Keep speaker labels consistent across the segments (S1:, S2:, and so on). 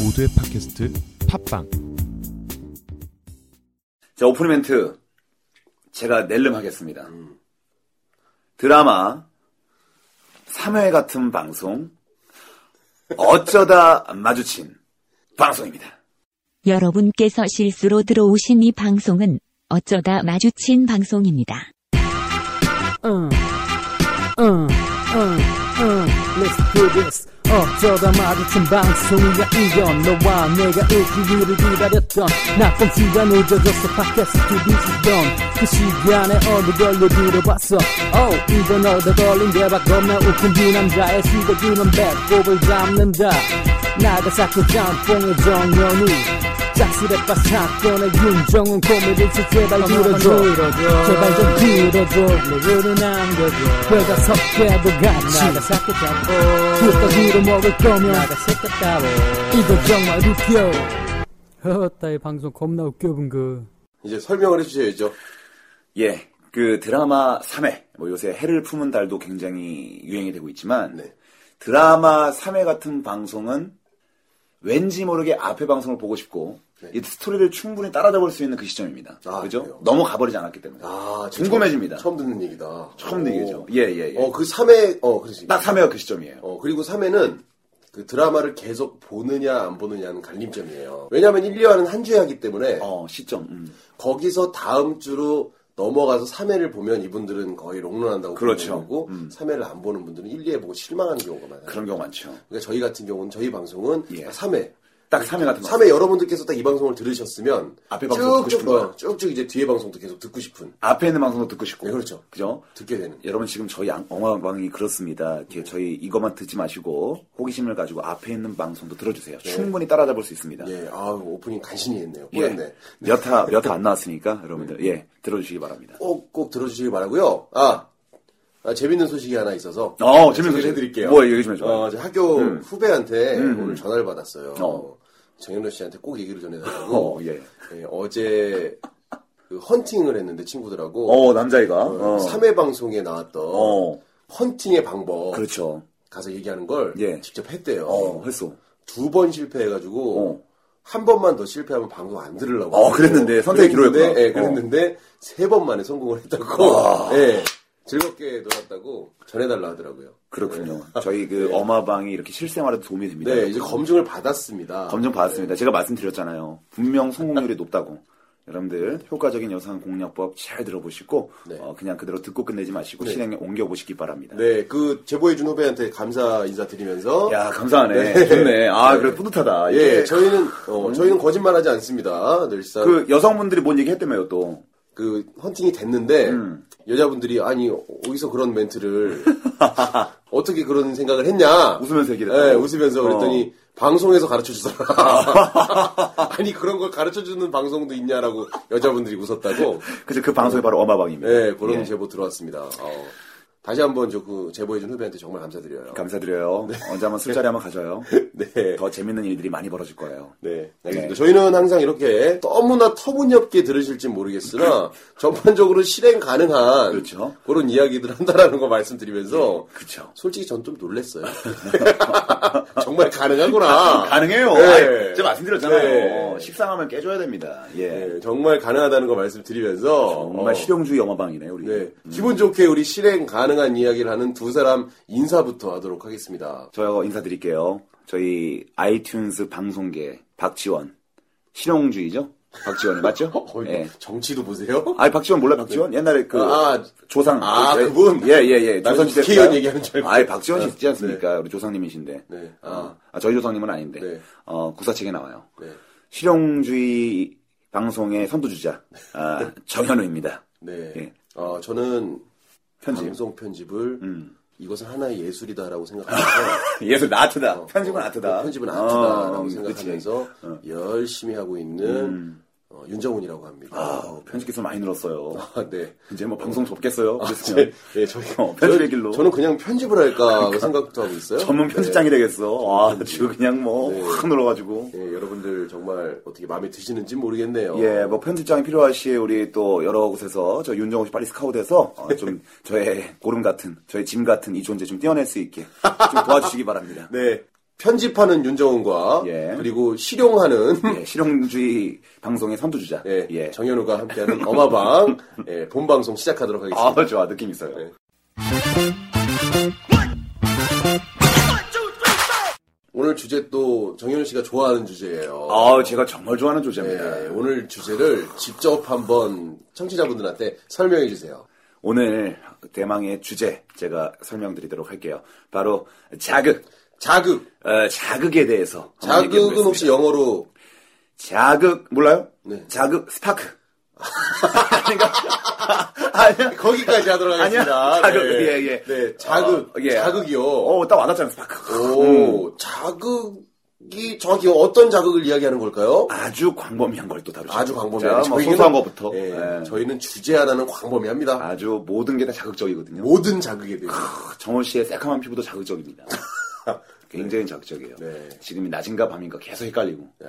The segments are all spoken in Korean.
S1: 모두의 팟캐스트 팟빵
S2: 자, 오프닝 멘트. 제가 낼름 하겠습니다. 드라마, 3회 같은 방송, 어쩌다 마주친 방송입니다.
S3: 여러분께서 실수로 들어오신 이 방송은 어쩌다 마주친 방송입니다.
S4: Uh, uh, uh, uh, let's do this. Uh, 어쩌다 마주친 방송이야 이건 너와 내가 일주일을 기다렸던 나쁜 시간 늦어져서 팟캐스트 뒤지던 그 시간에 어느 걸로 들어봤어 oh, 이건 얻어 걸린 대박 겁나 웃긴 두 남자의 시도주는 배꼽을 잡는다 나가사키 짬뽕의 정연우 짝스레빠 사건의 윤정은 고민을 치 제발 들어줘 제발 좀 들어줘 루를 남겨줘 배가 섞여도 같이 나가사키 짬뽕 뚜껑으로 먹을 거면 이거 정말 웃겨 허허따의 방송 겁나 웃겨 분그
S5: 이제 설명을 해주셔야죠.
S2: 예, 그 드라마 3회, 뭐 요새 해를 품은 달도 굉장히 유행이 되고 있지만,
S5: 네.
S2: 드라마 3회 같은 방송은 왠지 모르게 앞에 방송을 보고 싶고, 이 스토리를 충분히 따라잡을 수 있는 그 시점입니다.
S5: 네. 아,
S2: 그죠?
S5: 그래요?
S2: 넘어가버리지 않았기 때문에.
S5: 아, 진짜
S2: 궁금해집니다.
S5: 처음, 처음 듣는 얘기다.
S2: 처음
S5: 오.
S2: 듣는 얘기죠. 예, 예, 예.
S5: 어, 그 3회, 어, 그렇지.
S2: 딱 3회가 그 시점이에요.
S5: 어, 그리고 3회는 그 드라마를 계속 보느냐, 안 보느냐는 갈림점이에요. 왜냐면 1, 2화는 한 주에 하기 때문에,
S2: 어, 시점. 음.
S5: 거기서 다음 주로 넘어가서 3회를 보면 이분들은 거의 롱런한다고
S2: 그렇죠.
S5: 보는 거고, 3회를 안 보는 분들은 1, 2회 보고 실망하는 경우가 많아요.
S2: 그런 경우 많죠.
S5: 그러니까 저희 같은 경우는, 저희 방송은
S2: 예.
S5: 3회.
S2: 딱 3회 같은
S5: 3회 여러분들께서 딱 이 방송을 들으셨으면,
S2: 앞에 방송 듣고
S5: 쭉쭉,
S2: 싶은 거야.
S5: 어, 쭉쭉 이제 뒤에 방송도 계속 듣고 싶은,
S2: 앞에 있는 방송도 듣고 싶고.
S5: 네, 그렇죠.
S2: 그죠?
S5: 듣게 되는. 네.
S2: 여러분 지금 저희 양- 엉망방이 그렇습니다. 이렇게 저희 이것만 듣지 마시고 호기심을 가지고 앞에 있는 방송도 들어주세요.
S5: 네.
S2: 충분히 따라잡을 수 있습니다.
S5: 예, 아 오프닝 간신히 했네요.
S2: 예.
S5: 꼬였네. 네.
S2: 여타 여타 안 나왔으니까 여러분들 예 들어주시기 바랍니다.
S5: 꼭, 꼭 들어주시길 바라고요 아, 아, 재밌는 소식이 하나 있어서.
S2: 어, 재밌는
S5: 소개를
S2: 소식.
S5: 해드릴게요.
S2: 뭐 얘기 좀 해줘요. 음.
S5: 어, 제 학교 후배한테 오늘 전화를 받았어요.
S2: 어.
S5: 정현우 씨한테 꼭 얘기를 전해달라고.
S2: 어 예.
S5: 예, 어제 그 헌팅을 했는데 친구들하고.
S2: 어 남자애가 어.
S5: 3회 방송에 나왔던
S2: 어
S5: 헌팅의 방법
S2: 그렇죠.
S5: 가서 얘기하는 걸
S2: 예.
S5: 직접 했대요.
S2: 어 했어.
S5: 두 번 실패해가지고
S2: 어.
S5: 한 번만 더 실패하면 방송 안 들으려고.
S2: 어, 그랬는데 선택의
S5: 그랬는데,
S2: 기로였구나. 어.
S5: 예, 그랬는데 세 번만에 성공을 했다고. 예, 즐겁게 놀았다고 전해달라 하더라고요.
S2: 그렇군요. 저희 그 어마방이 이렇게 실생활에도 도움이 됩니다.
S5: 네, 이제 검증을 받았습니다.
S2: 검증 받았습니다. 제가 말씀드렸잖아요. 분명 성공률이 높다고. 여러분들 효과적인 영상 공략법 잘 들어보시고
S5: 네.
S2: 어, 그냥 그대로 듣고 끝내지 마시고
S5: 네.
S2: 실행에 옮겨보시기 바랍니다.
S5: 네, 그 제보해준 후배한테 감사 인사 드리면서.
S2: 야 감사하네. 좋네. 아 그래 뿌듯하다.
S5: 예,
S2: 이게
S5: 저희는 어, 저희는 거짓말하지 않습니다. 늘상 그,
S2: 음. 그 여성분들이 뭔 얘기 했다며요 또.
S5: 헌팅이 됐는데
S2: 음.
S5: 여자분들이 아니 어디서 그런 멘트를 어떻게 그런 생각을 했냐
S2: 웃으면서 얘기를
S5: 예,
S2: 했다고? 어.
S5: 웃으면서 그랬더니 방송에서 가르쳐 주더라. 아니 그런 걸 가르쳐 주는 방송도 있냐라고 여자분들이 웃었다고.
S2: 그래서 그 방송이 바로 어마방입니다.
S5: 예, 그런
S2: 예.
S5: 제보 들어왔습니다. 어. 다시 한번 저 그 제보해준 후배한테 정말 감사드려요.
S2: 감사드려요. 언제 한번 술자리 한번 가져요.
S5: 네.
S2: 더 재밌는 일들이 많이 벌어질 거예요.
S5: 네, 알겠습니다. 저희는 항상 이렇게 너무나 터무니없게 들으실진 모르겠으나 전반적으로 실행 가능한
S2: 그렇죠.
S5: 런 이야기들을 한다라는 거 말씀드리면서
S2: 그렇죠.
S5: 솔직히 전 좀 놀랬어요. 정말 가능하구나.
S2: 아, 가능해요.
S5: 네.
S2: 아이, 제가 말씀드렸잖아요.
S5: 네.
S2: 식상하면 깨줘야 됩니다. 예.
S5: 네, 정말 가능하다는 거 말씀드리면서
S2: 정말
S5: 어,
S2: 실용주의 음. 어마방이네 우리.
S5: 네, 기분 좋게 우리 실행 가능한 이야기를 하는 두 사람 인사부터 하도록 하겠습니다.
S2: 저요 인사드릴게요. 저희 아이튠즈 방송계 박지원 실용주의죠? 박지원이 맞죠?
S5: 어,
S2: 예.
S5: 정치도 보세요.
S2: 아 박지원 몰라 요 박지원 옛날에 그
S5: 아,
S2: 조상
S5: 아,
S2: 그-
S5: 그분?
S2: 예예예
S5: 나는
S2: 조선 시대
S5: 국회의원 얘기하는 줄 알고.
S2: 아 박지원 씨 있지 않습니까 우리 조상님이신데
S5: 네.
S2: 아. 아, 저희 조상님은 아닌데
S5: 네.
S2: 어 구사책에 나와요
S5: 네.
S2: 실용주의 방송의 선두주자 아, 정현우입니다
S5: 네.
S2: 예.
S5: 어, 저는
S2: 편집.
S5: 방송 편집을
S2: 음.
S5: 이것은 하나의 예술이다라고 생각하면서
S2: 예술 아트다
S5: 어,
S2: 편집은
S5: 어,
S2: 아트다
S5: 편집은
S2: 어,
S5: 아트다라고
S2: 그치. 어. 음.
S5: 생각하면서 열심히 하고 있는 어, 윤정훈이라고 합니다.
S2: 아, 편집 기술 많이 늘었어요
S5: 아, 네.
S2: 이제 뭐 방송 접겠어요 그래서
S5: 제,
S2: 그냥
S5: 예, 저희,
S2: 어, 편집의 길로. 그러니까.
S5: 저는 그냥 편집을 할까 생각도 하고 있어요.
S2: 전문 편집장이 되겠어 아 지금 그냥 뭐
S5: 네.
S2: 확 늘어가지고
S5: 네. 예, 여러분들 정말 어떻게 마음에 드시는지 모르겠네요.
S2: 예, 뭐 편집장이 필요하시에 우리 또 여러 곳에서 저 윤정호 씨 빨리 스카우트해서 어, 좀 저의 고름 같은, 저의 짐 같은 이 존재 좀 떼어낼 수 있게 좀 도와주시기 바랍니다.
S5: 네. 편집하는 윤정훈과
S2: 예.
S5: 그리고 실용하는
S2: 예, 실용주의 방송의 선두주자.
S5: 예,
S2: 예.
S5: 정현우가 함께하는 어마방 예, 본 방송 시작하도록 하겠습니다.
S2: 아, 좋아. 느낌 있어요.
S5: 네. 오늘 주제 또 정현우 씨가 좋아하는 주제예요.
S2: 아, 제가 정말 좋아하는 주제입니다.
S5: 예, 오늘 주제를 직접 한번 청취자분들한테 설명해 주세요.
S2: 오늘 대망의 주제 제가 설명드리도록 할게요. 바로 자극.
S5: 자극.
S2: 어, 자극에 대해서. 한번
S5: 자극은
S2: 얘기해보겠습니다.
S5: 혹시 영어로
S2: 자극 몰라요?
S5: 네.
S2: 자극 스파크. 아닌가? 아니야.
S5: 거기까지 하도록 하겠습니다.
S2: 아니야. 자극.
S5: 네.
S2: 예, 예.
S5: 네, 자극.
S2: 어, 예.
S5: 자극이요.
S2: 어, 음. 딱 와닿잖아요. 스파크.
S5: 오, 자극이 정확히 어떤 자극을 이야기하는 걸까요?
S2: 아주 광범위한 걸 또 다루죠.
S5: 아주 광범위하죠.
S2: 자, 뭐
S5: 저희는-
S2: 소소한 것부터.
S5: 예,
S2: 예.
S5: 저희는 주제 하나는 광범위합니다.
S2: 아주 모든 게 다 자극적이거든요.
S5: 모든 자극에 대해서.
S2: 정원 씨의 새카만 피부도 자극적입니다. 굉장히 자극적이에요.
S5: 네.
S2: 지금이 낮인가 밤인가 계속 헷갈리고
S5: 예,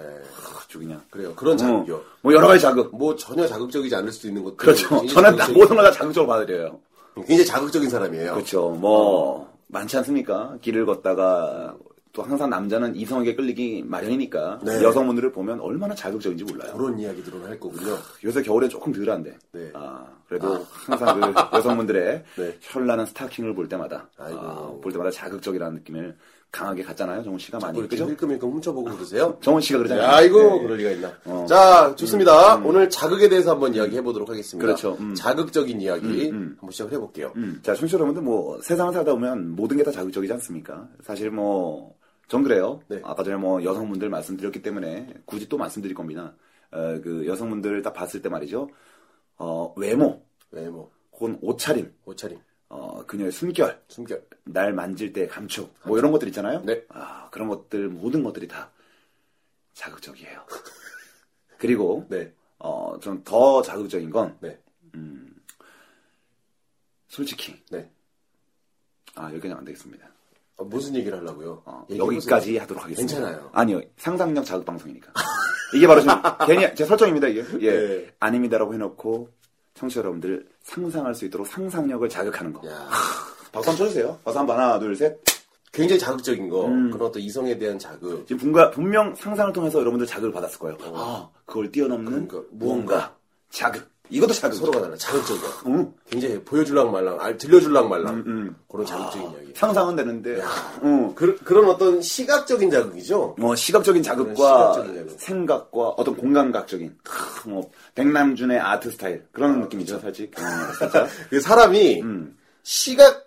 S2: 아주 그냥
S5: 그래요. 그런 자극이요.
S2: 어, 뭐 여러 가지 자극.
S5: 뭐 전혀 자극적이지 않을 수도 있는 것들.
S2: 그렇죠.
S5: 굉장히
S2: 저는 다
S5: 자극적인-
S2: 모든 걸 다 자극적으로 받아들여요.
S5: 굉장히 자극적인 사람이에요.
S2: 그렇죠. 뭐 많지 않습니까? 길을 걷다가 또 항상 남자는 이성에게 끌리기 마련이니까
S5: 네.
S2: 여성분들을 보면 얼마나 자극적인지 몰라요.
S5: 그런 이야기들은 할 거군요.
S2: 요새 겨울엔 조금 덜한데.
S5: 네.
S2: 아, 그래도 항상 그 여성분들의
S5: 네.
S2: 현란한 스타킹을 볼 때마다
S5: 아이고.
S2: 아, 볼 때마다 자극적이라는 느낌을 강하게 갖잖아요. 정훈 씨가 많이
S5: 이렇게
S2: 그죠?
S5: 힐끔힐끔 훔쳐보고 그러세요?
S2: 정훈 씨가 그러잖아요.
S5: 야, 이거
S2: 네.
S5: 그럴 리가 있나.
S2: 어. 음,
S5: 자, 좋습니다. 오늘 자극에 대해서 한번 이야기해 보도록 하겠습니다.
S2: 그렇죠. 음.
S5: 자극적인 이야기 한번 시작을 해볼게요.
S2: 음, 자, 청취자 여러분들, 뭐, 세상을 살다 보면 모든 게 다 자극적이지 않습니까? 사실 뭐, 전 그래요.
S5: 네.
S2: 아까 전에 뭐, 여성분들 말씀드렸기 때문에, 굳이 또 말씀드릴 겁니다. 어, 그, 여성분들을 딱 봤을 때 말이죠. 어, 외모,
S5: 외모,
S2: 혹은 옷차림,
S5: 옷차림,
S2: 어, 그녀의 숨결,
S5: 숨결.
S2: 날 만질 때 감촉, 뭐 이런 것들 있잖아요.
S5: 네.
S2: 아, 그런 것들, 모든 것들이 다 자극적이에요. 그리고,
S5: 네,
S2: 어, 좀 더 자극적인 건, 음,
S5: 네,
S2: 솔직히,
S5: 네.
S2: 아, 여기는 안 되겠습니다.
S5: 아, 무슨 얘기를 하려고요?
S2: 어,
S5: 얘기해보세요.
S2: 여기까지 하도록 하겠습니다.
S5: 괜찮아요.
S2: 아니요, 상상력 자극 방송이니까. 이게 바로 지금 괜히 제 설정입니다 이게. 예,
S5: 네.
S2: 아닙니다라고 해놓고 청취자 여러분들 상상할 수 있도록 상상력을 자극하는 거.
S5: 야,
S2: 박수 한번 쳐주세요. 박수 한번 하나, 둘, 셋.
S5: 굉장히 자극적인 거.
S2: 음.
S5: 그런 어떤 이성에 대한 자극.
S2: 지금 분가, 분명 상상을 통해서 여러분들 자극을 받았을 거예요. 아, 그걸 뛰어넘는
S5: 어. 그러니까
S2: 무언가 자극. 이것도 자극. 음.
S5: 서로가 달라. 자극적이야.
S2: 응.
S5: 굉장히 보여줄랑 말랑, 알, 들려줄랑 말랑.
S2: 음,
S5: 그런 자극적인 아,
S2: 아,
S5: 이야기.
S2: 상상은 되는데. 응.
S5: 그, 그런 어떤 시각적인 자극이죠?
S2: 뭐 시각적인 자극과
S5: 시각적인 자극.
S2: 생각과 어떤 공감각적인 크, 뭐 백남준의 아트 스타일 그런 느낌이죠
S5: 그렇죠.
S2: 사실 어, 진짜.
S5: 그 사람이
S2: 음.
S5: 시각적인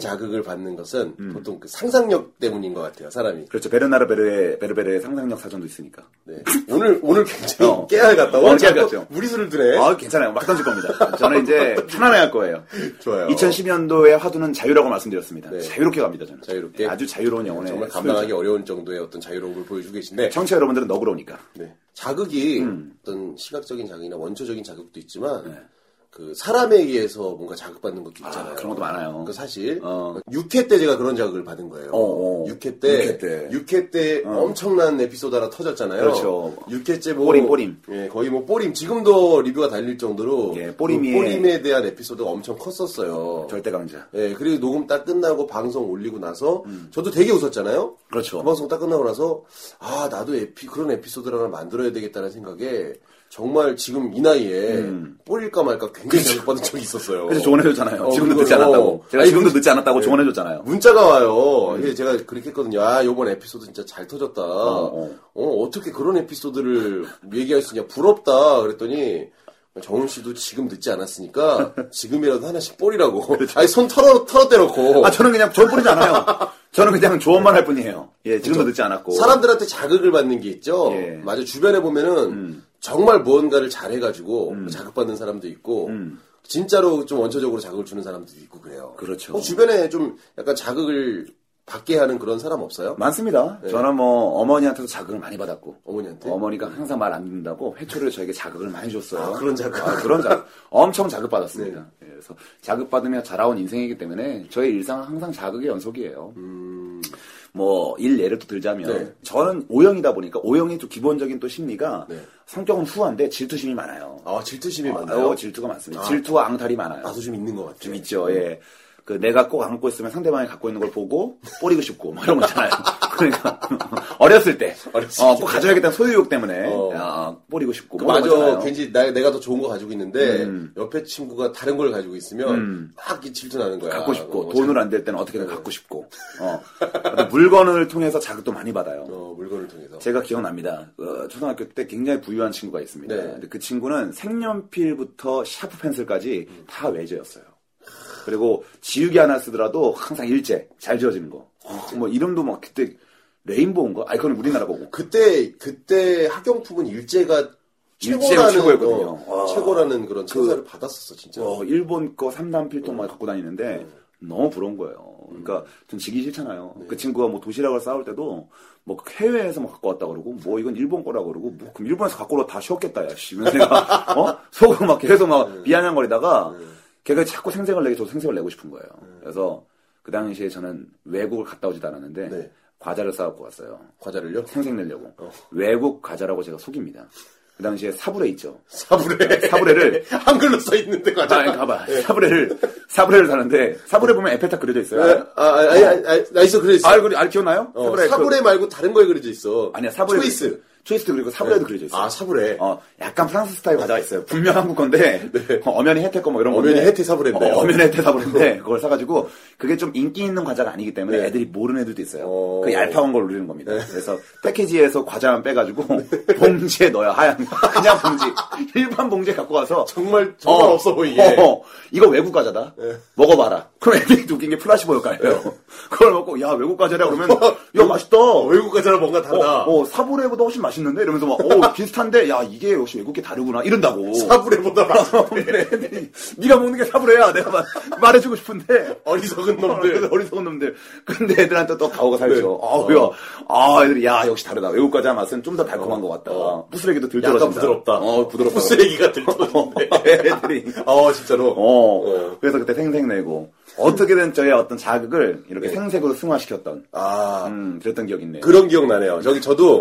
S5: 자극을 받는 것은 보통 그 상상력 때문인 것 같아요, 사람이.
S2: 그렇죠 베르나르 베르의 베르베르의 상상력 사전도 있으니까
S5: 네. 오늘, 오늘 굉장히
S2: 어.
S5: 깨알 같다.
S2: 오늘
S5: 오늘
S2: 깨알
S5: 깨알
S2: 같죠?
S5: 무리수를 드네.
S2: 아 괜찮아요 막 던질 겁니다 저는 이제 편안해 할 거예요
S5: 좋아요.
S2: 2012년도의 화두는 자유라고 말씀드렸습니다
S5: 네.
S2: 자유롭게 갑니다 저는
S5: 자유롭게?
S2: 아주 자유로운 영혼의
S5: 정말
S2: 소유자.
S5: 감당하기 어려운 정도의 어떤 자유로움을 보여주고 계신데.
S2: 청취자 여러분들은 너그러우니까
S5: 네. 자극이
S2: 음.
S5: 어떤 시각적인 자극이나 원초적인 자극도 있지만 그 사람에 의해서 뭔가 자극받는 것도 있잖아요.
S2: 네. 그런 것도 네. 많아요.
S5: 그 사실
S2: 어.
S5: 육회 때 제가 그런 자극을 받은 거예요.
S2: 어, 어.
S5: 육회 때
S2: 육회 때. 어.
S5: 육회 때 엄청난 에피소드 하나 터졌잖아요.
S2: 그렇죠.
S5: 육회째 뭐
S2: 뽀림, 뽀림.
S5: 예, 거의 뭐 뽀림 지금도 리뷰가 달릴 정도로
S2: 예, 뽀림이-
S5: 그 뽀림에 대한 에피소드가 엄청 컸었어요.
S2: 절대 강자
S5: 예, 그리고 녹음 딱 끝나고 방송 올리고 나서 저도 되게 웃었잖아요.
S2: 그렇죠.
S5: 그 방송 딱 끝나고 나서 아 나도 에피, 그런 에피소드를 하나 만들어야 되겠다는 생각에 정말 지금 이 나이에 뿌릴까 말까 굉장히 자극받은 적이 있었어요.
S2: 음. 그래서 조언해줬잖아요
S5: 어,
S2: 지금도
S5: 그걸,
S2: 늦지 않았다고
S5: 어.
S2: 제가
S5: 아니,
S2: 지금도 네.
S5: 문-
S2: 늦지 않았다고 조언해줬잖아요
S5: 문자가 와요. 그래서 제가 그렇게 했거든요. 아, 요번 에피소드 진짜 잘 터졌다.
S2: 어.
S5: 어, 어. 떻게 그런 에피소드를 얘기할 수 있냐. 부럽다. 그랬더니, 정훈 씨도 지금 늦지 않았으니까, 지금이라도 하나씩 뿌리라고. 아니, 손 털어, 털어대놓고.
S2: 그렇죠. 아 저는 그냥 저는 뿌리지 않아요 저는 그냥 조언만 할 뿐이에요 예 지금도 늦지 않았고
S5: 사람들한테 자극을 받는 게 있죠.
S2: 예. 음.
S5: 맞아 주변에 보면은 정말 무언가를 잘해가지고 자극받는 사람도 있고 진짜로 좀 원초적으로 자극을 주는 사람들도 있고 그래요.
S2: 음. 그렇죠.
S5: 혹시 주변에 좀 약간 자극을 받게 하는 그런 사람 없어요?
S2: 많습니다. 저는 뭐 어머니한테도 자극을 많이 받았고
S5: 어머니한테?
S2: 네. 어머니가 항상 말 안 듣는다고 회초를 저에게 자극을 많이 줬어요.
S5: 아, 그런 자극. 네.
S2: 아, 그런 자극. 엄청 자극 받았습니다. 예, 그래서 자극 받으며 자라온 인생이기 때문에 저의 일상은 항상 자극의 연속이에요. 뭐 일 예를 또 들자면
S5: 음. 네.
S2: 저는 O형이다 보니까 O형의 좀 기본적인 또 심리가
S5: 네.
S2: 성격은 후한데 질투심이 많아요.
S5: 아 질투심이
S2: 아,
S5: 많나요? 아.
S2: 질투가 많습니다. 질투와 앙탈이 많아요.
S5: 나도 좀 있는 것 같아요.
S2: 좀 있죠. 예. 그 내가 꼭 안고 있으면 상대방이 갖고 있는 걸 보고 뿌리고 싶고 뭐 이런 거 있잖아요. 그러니까 어렸을 때,
S5: 어렸을
S2: 어,
S5: 때.
S2: 꼭 가져야겠다는 소유욕 때문에
S5: 어.
S2: 야, 뿌리고 싶고
S5: 그
S2: 뭐 이런 거
S5: 맞아.
S2: 있잖아요.
S5: 괜히 나, 내가 더 좋은 거 가지고 있는데
S2: 음.
S5: 옆에 친구가 다른 걸 가지고 있으면
S2: 음.
S5: 막 이 질투 나는 거야.
S2: 갖고 싶고
S5: 어,
S2: 돈을 안 될 때는 어떻게든
S5: 네.
S2: 갖고 싶고 어. 어떤 물건을 통해서 자극도 많이 받아요.
S5: 어, 물건을 통해서.
S2: 제가 기억납니다. 어, 초등학교 때 굉장히 부유한 친구가 있습니다.
S5: 네.
S2: 근데 그 친구는 색연필부터 샤프 펜슬까지 다 외제였어요. 그리고 지우개 하나 쓰더라도 항상 일제 잘 지워지는 거. 어, 뭐 이름도 막 그때 레인보우인가? 아니 그건 우리나라 거고.
S5: 그때 그때 학용품은 일제가
S2: 일제가
S5: 최고라는
S2: 최고였거든요.
S5: 어,
S2: 와.
S5: 최고라는 그런 천사를 받았었어 진짜.
S2: 어, 일본 거 3단 필통만 갖고 다니는데 너무 부러운 거예요. 그러니까 좀 지기 싫잖아요.
S5: 네.
S2: 그 친구가 뭐 도시락을 싸올 때도 뭐 해외에서 막 갖고 왔다 그러고 뭐 이건 일본 거라고 그러고 뭐 그럼 일본에서 갖고 오다 쉬었겠다 야 씨. 이러면서 내가 어? 속으로 막 계속 막
S5: 네.
S2: 미안한거리다가 걔가 자꾸 생색을 내게 저도 생색을 내고 싶은 거예요.
S5: 네.
S2: 그래서 그 당시에 저는 외국을 갔다 오지도 않았는데
S5: 네.
S2: 과자를 싸갖고 왔어요.
S5: 과자를요? 어.
S2: 생색 내려고 외국 과자라고 제가 속입니다. 그 당시에 사브레 있죠.
S5: 사브레.
S2: 사브레를
S5: 한글로 써 있는데 과자.
S2: 아, 아니, 봐봐.
S5: 예.
S2: 사브레를, 사브레를 사는데, 사브레 보면 에펠탑 그려져 있어요.
S5: 아, 아, 아니, 아니, 아니, 나 있어, 그래 있어.
S2: 알, 알, 기억나요?
S5: 어, 사브레, 말고 다른 거에 그려져 있어.
S2: 아니야, 사브레.
S5: 초이스.
S2: 초이스도 그리고 사브레도 그려져 있어요.
S5: 아, 사브레.
S2: 어, 약간 프랑스 스타일 과자가 있어요. 분명 한국 건데, 어, 엄연히 혜태 거뭐 이런 건데.
S5: 네. 엄연히 혜태 사브레인데.
S2: 어, 엄연히 혜태 사브레인데, 그걸 사가지고, 그게 좀 인기 있는 과자가 아니기 때문에
S5: 네.
S2: 애들이 모르는 애들도 있어요.
S5: 어. 네.
S2: 그 얄팍한 걸 누르는 겁니다. 그래서 패키지에서 과자만 빼가지고, 봉지에 넣어요, 하얀. 그냥 봉지. 일반 봉지에 갖고 와서.
S5: 정말, 정말 없어 보이게. 네.
S2: 어, 이거 외국 과자다. 먹어봐라. 그럼 애들이 웃긴 게 플라시보 효과예요. 그걸 먹고, 야, 외국 과자래. 그러면, 야, 맛있다.
S5: 어, 외국 과자랑 뭔가 다르다.
S2: 어, 어, 사브레보다 훨씬 맛있는데? 이러면서 막, 어, 비슷한데, 야, 이게 역시 외국 게 다르구나. 이런다고.
S5: 사브레보다 맛있다.
S2: 사브레. 네가 먹는 게 사브레야. 내가 말, 말해주고 싶은데.
S5: 어리석은 놈들.
S2: 어리석은 놈들. 근데 애들한테 또 가오가 살죠.
S5: 네.
S2: 아우, 야. 아, 애들이, 야, 역시 다르다. 외국 과자 맛은 좀 더 달콤한 것 같다.
S5: 어.
S2: 부스레기도 덜 떨어진다.
S5: 약간 부드럽다.
S2: 어, 부드럽다.
S5: 쓰레기가 들떠는데.
S2: 애들이.
S5: 어, 진짜로.
S2: 어.
S5: 어.
S2: 그래서 그때 생색내고 어떻게든 저의 어떤 자극을 이렇게
S5: 네.
S2: 생색으로 승화시켰던
S5: 아,
S2: 음, 그랬던 기억이 있네요. 어.
S5: 그런 기억 나네요. 저기 저도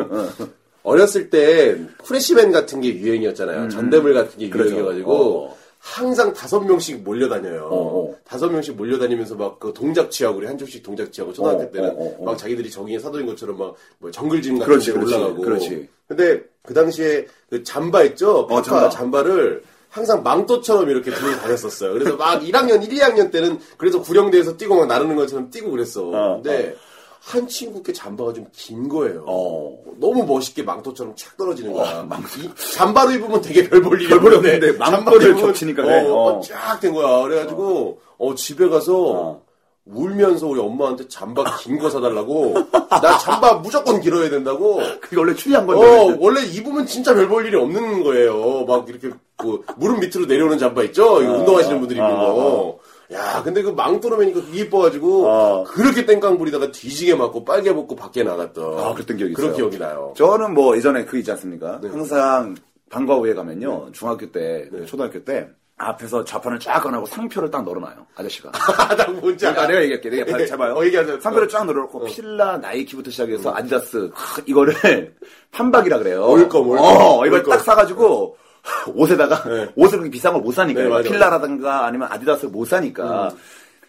S5: 어렸을 때 프레시맨 같은 게 유행이었잖아요. 전대물 같은 게
S2: 음. 그렇죠.
S5: 유행이어가지고
S2: 어.
S5: 항상 다섯 명씩 몰려다녀요.
S2: 어, 어.
S5: 다섯 명씩 몰려다니면서 막 그 동작 취하고 우리 한 쪽씩 동작 취하고 초등학교
S2: 어,
S5: 때는
S2: 어, 어, 어.
S5: 막 자기들이 저기에 사도인 것처럼 막뭐 정글짐 같은
S2: 그렇지,
S5: 데
S2: 그렇지,
S5: 올라가고.
S2: 그렇지. 어,
S5: 근데 그 당시에 그 잠바 있죠? 파파
S2: 잠바.
S5: 잠바를 항상 망토처럼 이렇게 들고 다녔었어요. 그래서 막 1학년, 1, 2학년 때는 그래서 구령대에서 뛰고 막 나르는 것처럼 뛰고 그랬어.
S2: 어,
S5: 근데 네. 한 친구께 잠바가 좀 긴 거예요.
S2: 어.
S5: 너무 멋있게 망토처럼 착 떨어지는 거야.
S2: 어, 망토.
S5: 이 잠바로 입으면 되게 별 볼 일이
S2: 별볼
S5: 없는데
S2: 없는데 망토를
S5: 잠바로 입으면
S2: 겹치니까 그래. 어.
S5: 쫙 된 거야. 그래가지고 어, 집에 가서
S2: 어.
S5: 울면서 우리 엄마한테 잠바 긴 거 사달라고 나 잠바 무조건 길어야 된다고
S2: 그게 원래 추리한 건데.
S5: 어, 원래 입으면 진짜 별 볼 일이 없는 거예요. 막 이렇게 그 무릎 밑으로 내려오는 잠바 있죠?
S2: 아,
S5: 이거 운동하시는 분들이 입는 거. 야, 근데 그 망토로 매니까 그게 이뻐가지고
S2: 어.
S5: 그렇게 땡깡 부리다가 뒤지게 맞고 빨개 벗고 밖에 나갔던.
S2: 아, 그랬던 기억이
S5: 그런
S2: 있어요.
S5: 기억이 나요.
S2: 저는 뭐 예전에 그 있지 않습니까? 항상 방과 후에 가면요. 중학교 때, 초등학교 때 앞에서 좌판을 쫙 꺼내고 상표를 딱 널어놔요. 아저씨가.
S5: 아, 나 뭔지 알아.
S2: 아, 내가 얘기할게. 내가 봐- 잘 봐요.
S5: 어, 얘기하세요.
S2: 상표를 쫙 널어놓고 필라, 나이키부터 시작해서 아디다스 크, 이거를 판박이라 그래요.
S5: 올검, 올검.
S2: 어, 이걸
S5: 올검.
S2: 딱 사가지고 옷에다가
S5: 네.
S2: 옷을 그렇게 비싼 걸 못 사니까
S5: 네, 맞아요. 음.
S2: 필라라든가 아니면 아디다스를 못 사니까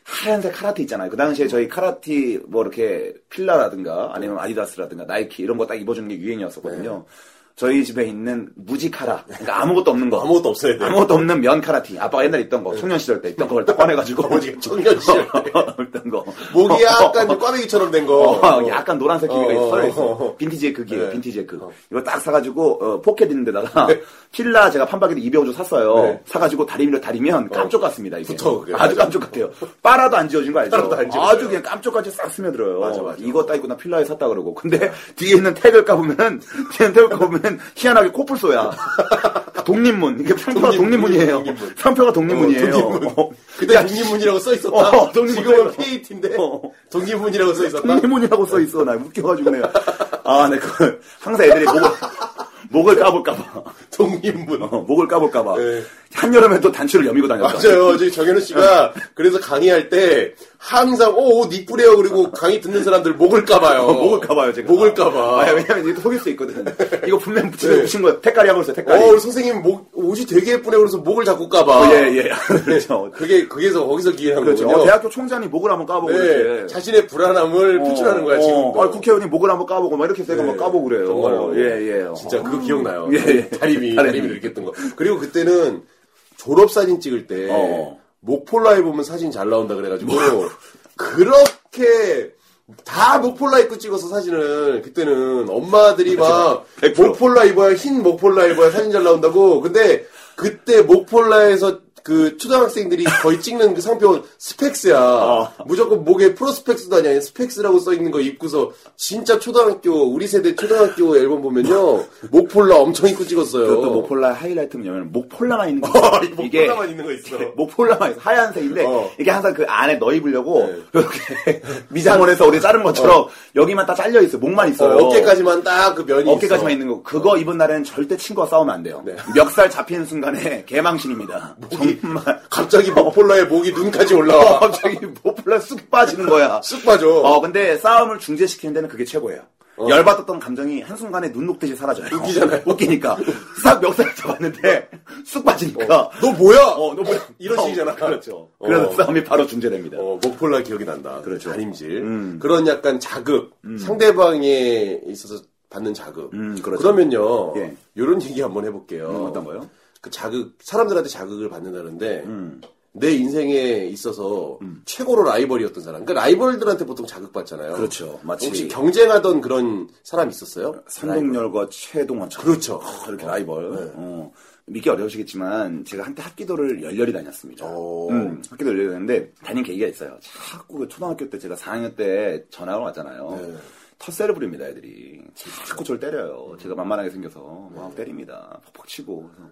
S2: 하얀색 카라티 있잖아요. 그 당시에 저희 카라티 뭐 이렇게 필라라든가 아니면 아디다스라든가 나이키 이런 거 딱 입어주는 게 유행이었었거든요.
S5: 네.
S2: 저희 집에 있는 무지카라 그러니까 아무것도 없는 거
S5: 아무것도 없어야 돼.
S2: 아무것도 없는 면 카라티 아빠가 옛날에 입던 거 청년 시절 때 입던 그걸 딱 꺼내가지고
S5: 아버지가 청년 시절 때.
S2: 입던 어, 거
S5: 목이 약간 꽈배기처럼 된 거.
S2: 어, 약간 노란색 기미가
S5: 어, 어,
S2: 있어요. 있어.
S5: 어, 어, 어.
S2: 빈티지의 극이에요.
S5: 네.
S2: 빈티지의 극. 이거 딱 사가지고 어, 포켓 있는 데다가 필라 제가 판박이도 200원 주 샀어요.
S5: 네. 어.
S2: 사가지고 다리미로 다리면 깜쪽 같습니다. 이게.
S5: 붙어, 그게.
S2: 아주
S5: 맞아.
S2: 깜쪽 같아요. 빨아도 안 지워진 거 알죠?
S5: 빨아도 안 지워져요.
S2: 아주 그냥 깜쪽같이 싹 스며들어요.
S5: 맞아, 맞아.
S2: 이거 따 입고 나 필라에 샀다 그러고. 근데 뒤에 있는 택을 까보면은 뒤에 있는 택을 까보면 희한하게 코뿔소야. 독립문. 이게 상표가
S5: 독립문,
S2: 독립문이에요.
S5: 독립문.
S2: 상표가 독립문이에요.
S5: 독립문.
S2: 어.
S5: 그때 독립문이라고 써 있었다.
S2: 어, 독립문.
S5: 지금은 PAT인데
S2: 어.
S5: 독립문이라고 써 있었다.
S2: 독립문이라고 써 있어. 나 웃겨가지고 내가. 아, 네, 그 항상 애들이 목을, 목을 까볼까봐.
S5: 동인문.
S2: 어, 목을 까볼까봐.
S5: 네.
S2: 한여름에 또 단추를 여미고 다녔다.
S5: 맞아요. 저희 정현우 씨가 그래서 강의할 때 항상 오, 오, 니뿌레요 그리고 강의 듣는 사람들 목을 까봐요.
S2: 어, 목을 까봐요, 제가.
S5: 목을 까봐.
S2: 아, 왜냐면 이거 속일 수 있거든. 이거 분명 붙이는
S5: 네.
S2: 붙인 거야. 택깔이 하고 있어, 택깔이.
S5: 어, 우리 선생님 목 옷이 되게 예쁘네. 그래서 목을 자꾸 까봐.
S2: 예, 예. 그렇죠.
S5: 네. 그게 그게서 거기서 기인한
S2: 그렇죠.
S5: 거군요.
S2: 어, 대학교 총장이 목을 한번 까보고
S5: 네,
S2: 그렇지.
S5: 자신의 불안함을 표출하는 거야
S2: 어,
S5: 지금.
S2: 어, 아, 국회의원이 목을 한번 까보고 막 이렇게 제가
S5: 네,
S2: 막 까보고 그래요.
S5: 정말로.
S2: 예, 예. 어.
S5: 진짜 그거 기억나요.
S2: 예, 예. 다리미.
S5: 다리미, 다리미를 이렇게 했던 거. 그리고 그때는 졸업사진 찍을 때,
S2: 어. 뭐?
S5: 목폴라 입으면 사진 잘 나온다 그래가지고, 그렇게, 다 목폴라 입고 찍어서 사진을, 그때는 엄마들이
S2: 그렇죠.
S5: 막,
S2: 100%.
S5: 목폴라 입어야, 흰 목폴라 입어야 사진 잘 나온다고. 근데, 그때 목폴라에서 그 초등학생들이 거의 찍는 그 상표 스펙스야.
S2: 어.
S5: 무조건 목에 프로스펙스도 아니야. 스펙스라고 써 있는 거 입고서 진짜 초등학교 우리 세대 초등학교 앨범 보면요 목폴라 엄청 입고 찍었어요.
S2: 그것도 목폴라 하이라이트 뭐냐면 목폴라만 있는 거
S5: 어, 이
S2: 있어요.
S5: 목폴라만 있는 거 있어.
S2: 목폴라만 있어. 하얀색인데
S5: 어.
S2: 이게 항상 그 안에 넣어 입으려고
S5: 네.
S2: 이렇게 미장원에서 우리 자른 것처럼 여기만 다 잘려 있어. 목만
S5: 어,
S2: 있어요.
S5: 어깨까지만 딱 그 면이
S2: 어깨까지만
S5: 있어.
S2: 있는 거. 그거 입은 날에는 절대 친구와 싸우면 안 돼요.
S5: 네.
S2: 멱살 잡히는 순간에 개망신입니다. 정말 어,
S5: 갑자기 목폴라에 목이 눈까지 올라와.
S2: 갑자기 목폴라 쑥 빠지는 거야.
S5: 쑥 빠져.
S2: 어, 근데 싸움을 중재시키는 데는 그게 최고예요.
S5: 어.
S2: 열받았던 감정이 한순간에 눈 녹듯이 사라져요.
S5: 웃기잖아요.
S2: 웃기니까. 싹 멱살 잡았는데, 쑥 빠지니까.
S5: 너 뭐야?
S2: 어, 너 뭐야?
S5: 이런 식이잖아.
S2: 어, 그렇죠.
S5: 어.
S2: 그래서 싸움이 바로 중재됩니다.
S5: 어, 목폴라 기억이 난다.
S2: 그렇죠.
S5: 다림질.
S2: 음.
S5: 그런 약간 자극. 상대방에 있어서 받는 자극.
S2: 음, 그렇죠.
S5: 러면요
S2: 예.
S5: 요런 얘기 한번 해볼게요.
S2: 음, 어떤 거요?
S5: 그 자극, 사람들한테 자극을 받는다는데,
S2: 음.
S5: 내 인생에 있어서 최고로 라이벌이었던 사람. 그러니까 라이벌들한테 보통 자극받잖아요.
S2: 그렇죠. 마치-
S5: 혹시 경쟁하던 그런 사람 있었어요?
S2: 삼동열과 최동원처럼.
S5: 그렇죠. 네.
S2: 아, 이렇게 라이벌. 어. 믿기 어려우시겠지만, 제가 한때 학기도를 열렬히 다녔습니다.
S5: 오.
S2: 음, 학기도 열렬히 다녔는데, 다닌 계기가 있어요. 자꾸 그 초등학교 때 제가 4학년 때 전화가 왔잖아요.
S5: 네.
S2: 텃세를 부립니다, 애들이. 자꾸 저를
S5: 음.
S2: 때려요. 제가 만만하게 생겨서. 막
S5: 네.
S2: 때립니다. 퍽퍽 치고. 그래서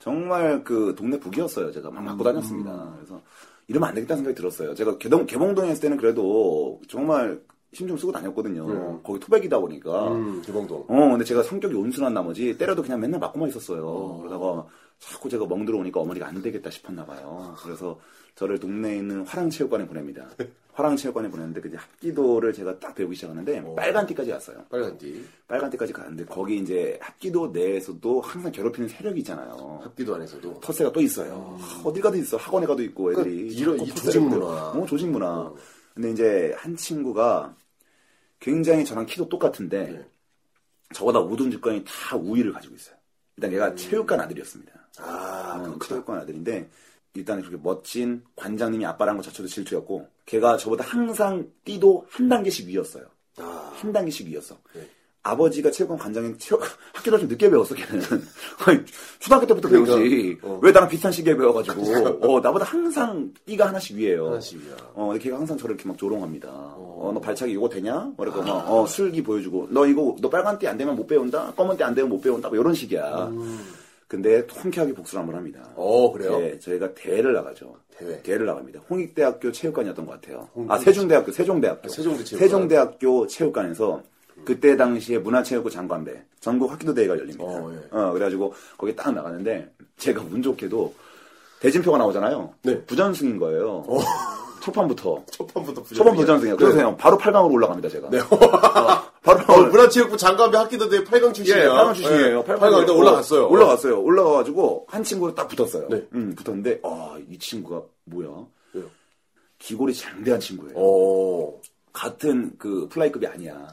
S2: 정말 그 동네 북이었어요. 제가 막
S5: 음.
S2: 맞고 다녔습니다. 그래서 이러면 안 되겠다는 생각이 들었어요. 제가 개동, 개봉동에 있을 때는 그래도 정말 심좀 쓰고 다녔거든요. 거기 토백이다 보니까.
S5: 네. 음, 개봉동.
S2: 어, 근데 제가 성격이 온순한 나머지 때려도 그냥 맨날 맞고만 있었어요. 그러다가 자꾸 제가 멍들어오니까 어머니가 안 되겠다 싶었나 봐요. 그래서 저를 동네에 있는 화랑체육관에 보냅니다. 화랑체육관에 보냈는데 그제 합기도를 제가 딱 배우기 시작하는데 빨간 띠까지 왔어요.
S5: 빨간 띠.
S2: 빨간 띠까지 갔는데 거기 이제 합기도 내에서도 항상 괴롭히는 세력이 있잖아요.
S5: 합기도 안에서도.
S2: 터세가 또 있어요. 하, 어딜 가도 있어. 학원에 가도 있고 애들이.
S5: 음. 그러니까 이런-
S2: 자꾸
S5: 이 조직
S2: 터세를
S5: 문화.
S2: 만들어. 어, 조직 문화. 근데 이제 한 친구가 굉장히 저랑 키도 똑같은데
S5: 네.
S2: 저보다 모든 직관이 다 우위를 가지고 있어요. 일단 얘가 체육관 아들이었습니다.
S5: 아,
S2: 어,
S5: 음. 그렇구나.
S2: 체육관 아들인데 일단 그렇게 멋진 관장님이 아빠라는 것 자체도 질투였고 걔가 저보다 항상 띠도 한 단계씩 위였어요.
S5: 아,
S2: 한 단계씩 위였어.
S5: 네.
S2: 아버지가 체육관 관장인 체육, 학교를 좀 늦게 배웠어, 걔는. 아니, 초등학교 때부터 배우지.
S5: 그러니까, 어. 아,
S2: 왜 나랑 비슷한 시기에 배워가지고. 어, 나보다 항상 띠가 하나씩 위에요.
S5: 하나씩이야.
S2: 어, 근데 걔가 항상 저를 이렇게 막 조롱합니다. 어, 너 발차기 이거 되냐? 뭐 이렇게 막, 어, 술기 보여주고, 너 이거, 너 빨간 띠 안 되면 못 배운다? 검은 띠 안 되면 못 배운다? 뭐 이런 식이야. 근데 통쾌하게 복수를 한번 합니다.
S5: 음. 어, 그래요?
S2: 예, 저희가 대회를 나가죠.
S5: 대회.
S2: 를 나갑니다. 홍익대학교 체육관이었던 것 같아요. 아, 세종대학교, 세종대학교.
S5: 아, 세종대 체육관.
S2: 세종대학교 체육관에서 그때 당시에 문화체육부 장관배 전국 학기도 대회가 열립니다.
S5: 어, 예.
S2: 어, 그래가지고 거기 딱 나갔는데 제가 운 좋게도 대진표가 나오잖아요.
S5: 네.
S2: 부전승인 거예요. 초판부터.
S5: 첫 판부터 네. 부정.
S2: 초반 부전승이에요. 그래서 그냥 바로 8강으로 올라갑니다, 제가. 어, 바로
S5: 어, 문화체육부 장관배 학기도 대 8강 출신이야.
S2: 예, 8강 출신이에요.
S5: 예,
S2: 팔강
S5: 팔강 일단
S2: 올라-
S5: 올라갔어요.
S2: 올라갔어요. 올라가가지고 한 친구로 딱 붙었어요.
S5: 네.
S2: 음, 붙었는데 아, 이 친구가 뭐야?
S5: 왜요?
S2: 기골이 장대한 친구예요.
S5: 어,
S2: 같은 그 플라이급이 아니야.